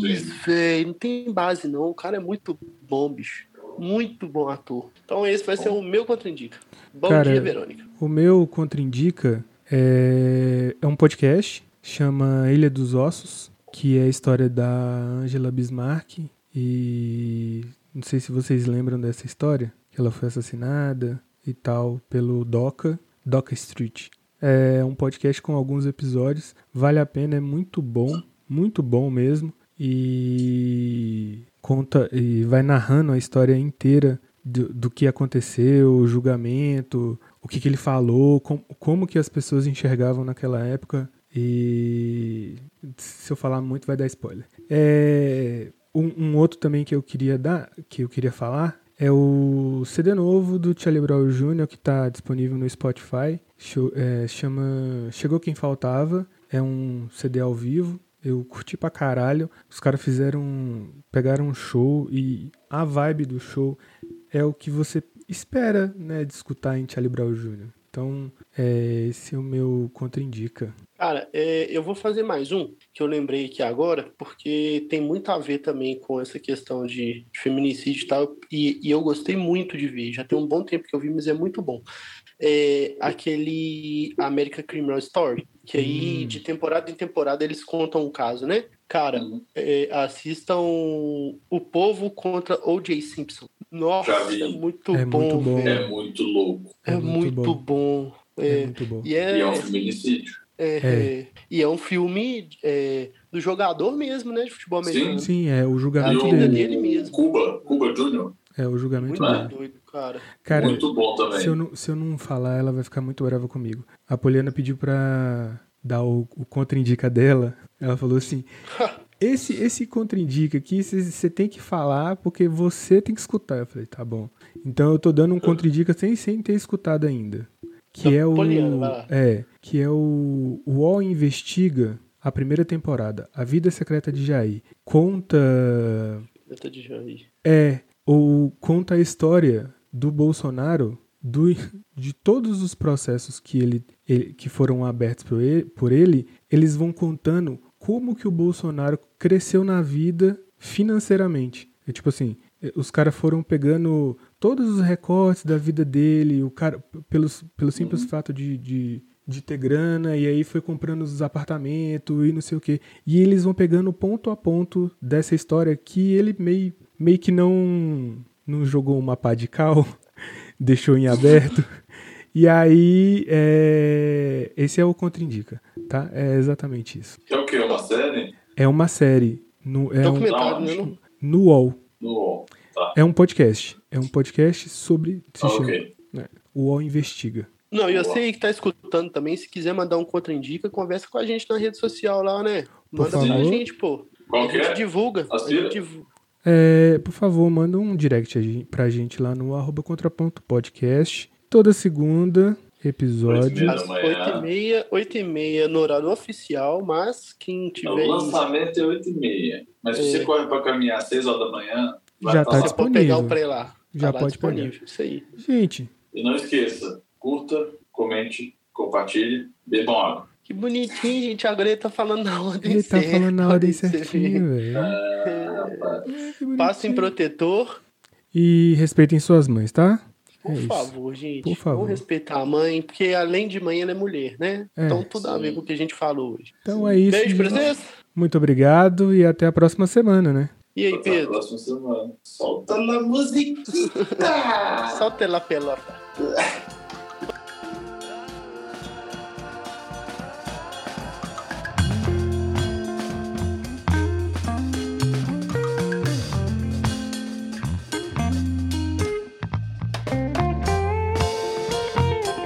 Speaker 3: demais, velho. Não tem base, não. O cara é muito bom, bicho. Muito bom ator. Então esse vai ser o meu contraindica. Bom
Speaker 1: Cara,
Speaker 3: dia, Verônica.
Speaker 1: O meu contraindica é, é um podcast, chama Ilha dos Ossos, que é a história da Angela Bismarck. E não sei se vocês lembram dessa história, que ela foi assassinada e tal pelo Doca, Doca Street. É um podcast com alguns episódios, vale a pena, é muito bom, muito bom mesmo. E conta e vai narrando a história inteira do, do que aconteceu, o julgamento, o que, que ele falou, com- como que as pessoas enxergavam naquela época. E se eu falar muito vai dar spoiler. É, um, um outro também que eu queria dar, que eu queria falar, é o CD novo do Charlie Brown Jr., que está disponível no Spotify. Cho- é, chama Chegou Quem Faltava. É um CD ao vivo. Eu curti pra caralho. Os caras fizeram. pegaram um show e a vibe do show é o que você espera, né, de escutar em Charlie Brown Jr. Então, é, esse é o meu contraindica.
Speaker 3: Cara, é, eu vou fazer mais um que eu lembrei aqui agora, porque tem muito a ver também com essa questão de feminicídio e tal, e, e eu gostei muito de ver. Já tem um bom tempo que eu vi, mas é muito bom. É aquele American Criminal Story. Que aí,
Speaker 1: Hum.
Speaker 3: de temporada em temporada, eles contam o caso, né? Cara,
Speaker 4: Uhum.
Speaker 3: é, assistam O Povo contra O.J. Simpson. Nossa,
Speaker 4: Já vi.
Speaker 3: é muito
Speaker 1: É
Speaker 3: bom,
Speaker 1: muito bom.
Speaker 3: velho.
Speaker 4: É muito louco.
Speaker 3: É, muito, bom.
Speaker 1: É
Speaker 3: É,
Speaker 1: muito bom.
Speaker 3: E é,
Speaker 4: E é um feminicídio.
Speaker 3: é,
Speaker 1: É.
Speaker 3: é, e é um filme é, do jogador mesmo, né? De futebol
Speaker 4: Sim.
Speaker 3: americano.
Speaker 1: Sim, é o
Speaker 4: e
Speaker 1: julgamento
Speaker 3: a
Speaker 4: o
Speaker 3: vida
Speaker 1: dele.
Speaker 3: dele mesmo.
Speaker 4: Cuba, Cuba Júnior,
Speaker 1: É o julgamento
Speaker 3: Muito
Speaker 1: dele.
Speaker 3: doido, cara.
Speaker 1: Cara,
Speaker 4: muito bom também.
Speaker 1: se eu, não, se eu não falar, ela vai ficar muito brava comigo. A Poliana pediu pra dar o, o contraindica dela. Ela falou assim: esse, esse contraindica aqui, você tem que falar porque você tem que escutar. Eu falei: tá bom. Então eu tô dando um contraindica sem, sem ter escutado ainda. Que
Speaker 3: Da
Speaker 1: é o.
Speaker 3: Poliana, vai lá.
Speaker 1: É, que é o. O UOL Investiga a primeira temporada, A Vida Secreta de Jair. Conta.
Speaker 3: Eu tô de joia.
Speaker 1: É, ou conta a história do Bolsonaro, do, de todos os processos que, ele, ele- que foram abertos por ele, por ele, eles vão contando como que o Bolsonaro cresceu na vida financeiramente. É tipo assim, eh, os caras foram pegando todos os recortes da vida dele, o cara, p- pelos, pelo simples fato de, de, de ter grana, e aí foi comprando os apartamentos e não sei o quê. E eles vão pegando ponto a ponto dessa história que ele meio, meio que não, não jogou uma pá de cal, deixou em aberto. E aí, é, esse é o Contraindica, tá? É exatamente isso.
Speaker 4: Que é o quê? Uma série?
Speaker 1: É uma série, no, é um,
Speaker 3: Documentário,
Speaker 4: Não,
Speaker 3: né?
Speaker 4: acho-
Speaker 3: Não-
Speaker 1: no UOL.
Speaker 4: No UOL. Tá.
Speaker 1: É um podcast. É um podcast sobre. Se
Speaker 4: Ah,
Speaker 1: chama,
Speaker 4: ok.
Speaker 1: O UOL Investiga.
Speaker 3: Não, e
Speaker 4: Boa.
Speaker 3: você que tá escutando também, se quiser mandar um contra-indica, conversa com a gente na rede social lá, né?
Speaker 1: Por
Speaker 3: Manda pra
Speaker 1: favor.
Speaker 3: gente, pô.
Speaker 4: Qual
Speaker 3: a
Speaker 4: que
Speaker 3: gente
Speaker 4: é?
Speaker 3: divulga. A
Speaker 4: Assina.
Speaker 3: gente divu-
Speaker 1: É, por favor, manda um direct a gen- pra gente lá no arroba contraponto podcast. Toda segunda,
Speaker 4: Pois
Speaker 1: episódio.
Speaker 4: mesmo.
Speaker 3: Às
Speaker 4: da manhã.
Speaker 3: 8h30, 8h30 no horário oficial, mas quem
Speaker 4: O
Speaker 3: tiver.
Speaker 4: lançamento é 8 e meia. Mas se
Speaker 3: É.
Speaker 4: você corre para caminhar às 6 horas da manhã, vai
Speaker 1: Já
Speaker 4: estar
Speaker 1: tá
Speaker 4: lá.
Speaker 3: Você pode pegar o
Speaker 1: disponível.
Speaker 3: pré lá.
Speaker 1: Já
Speaker 3: tá lá
Speaker 1: pode pegar.
Speaker 3: disponível. Isso aí.
Speaker 1: Gente,
Speaker 4: E não esqueça, curta, comente, compartilhe, bebam água.
Speaker 3: Que bonitinho, gente. Agora ele tá falando na ordem
Speaker 1: ele tá
Speaker 3: certa.
Speaker 1: falando na
Speaker 3: olha
Speaker 1: ordem
Speaker 3: pra você ver.
Speaker 1: certinha, velho.
Speaker 4: Rapaz,
Speaker 1: É, que bonitinho.
Speaker 3: Passem protetor.
Speaker 1: E respeitem suas mães, tá?
Speaker 3: Por
Speaker 1: É isso.
Speaker 3: favor, gente.
Speaker 1: Por favor.
Speaker 3: Vamos respeitar a mãe, porque além de mãe, ela é mulher, né?
Speaker 1: É.
Speaker 3: então tudo a ver
Speaker 4: Sim.
Speaker 3: com o que a gente falou hoje.
Speaker 1: Então é isso.
Speaker 3: Beijo pra
Speaker 1: gente.
Speaker 3: vocês.
Speaker 1: Muito obrigado e até a próxima semana, né?
Speaker 3: E aí,
Speaker 4: até a
Speaker 3: Pedro?
Speaker 4: próxima semana. Solta a musiquinha!
Speaker 3: Solta ela pelota.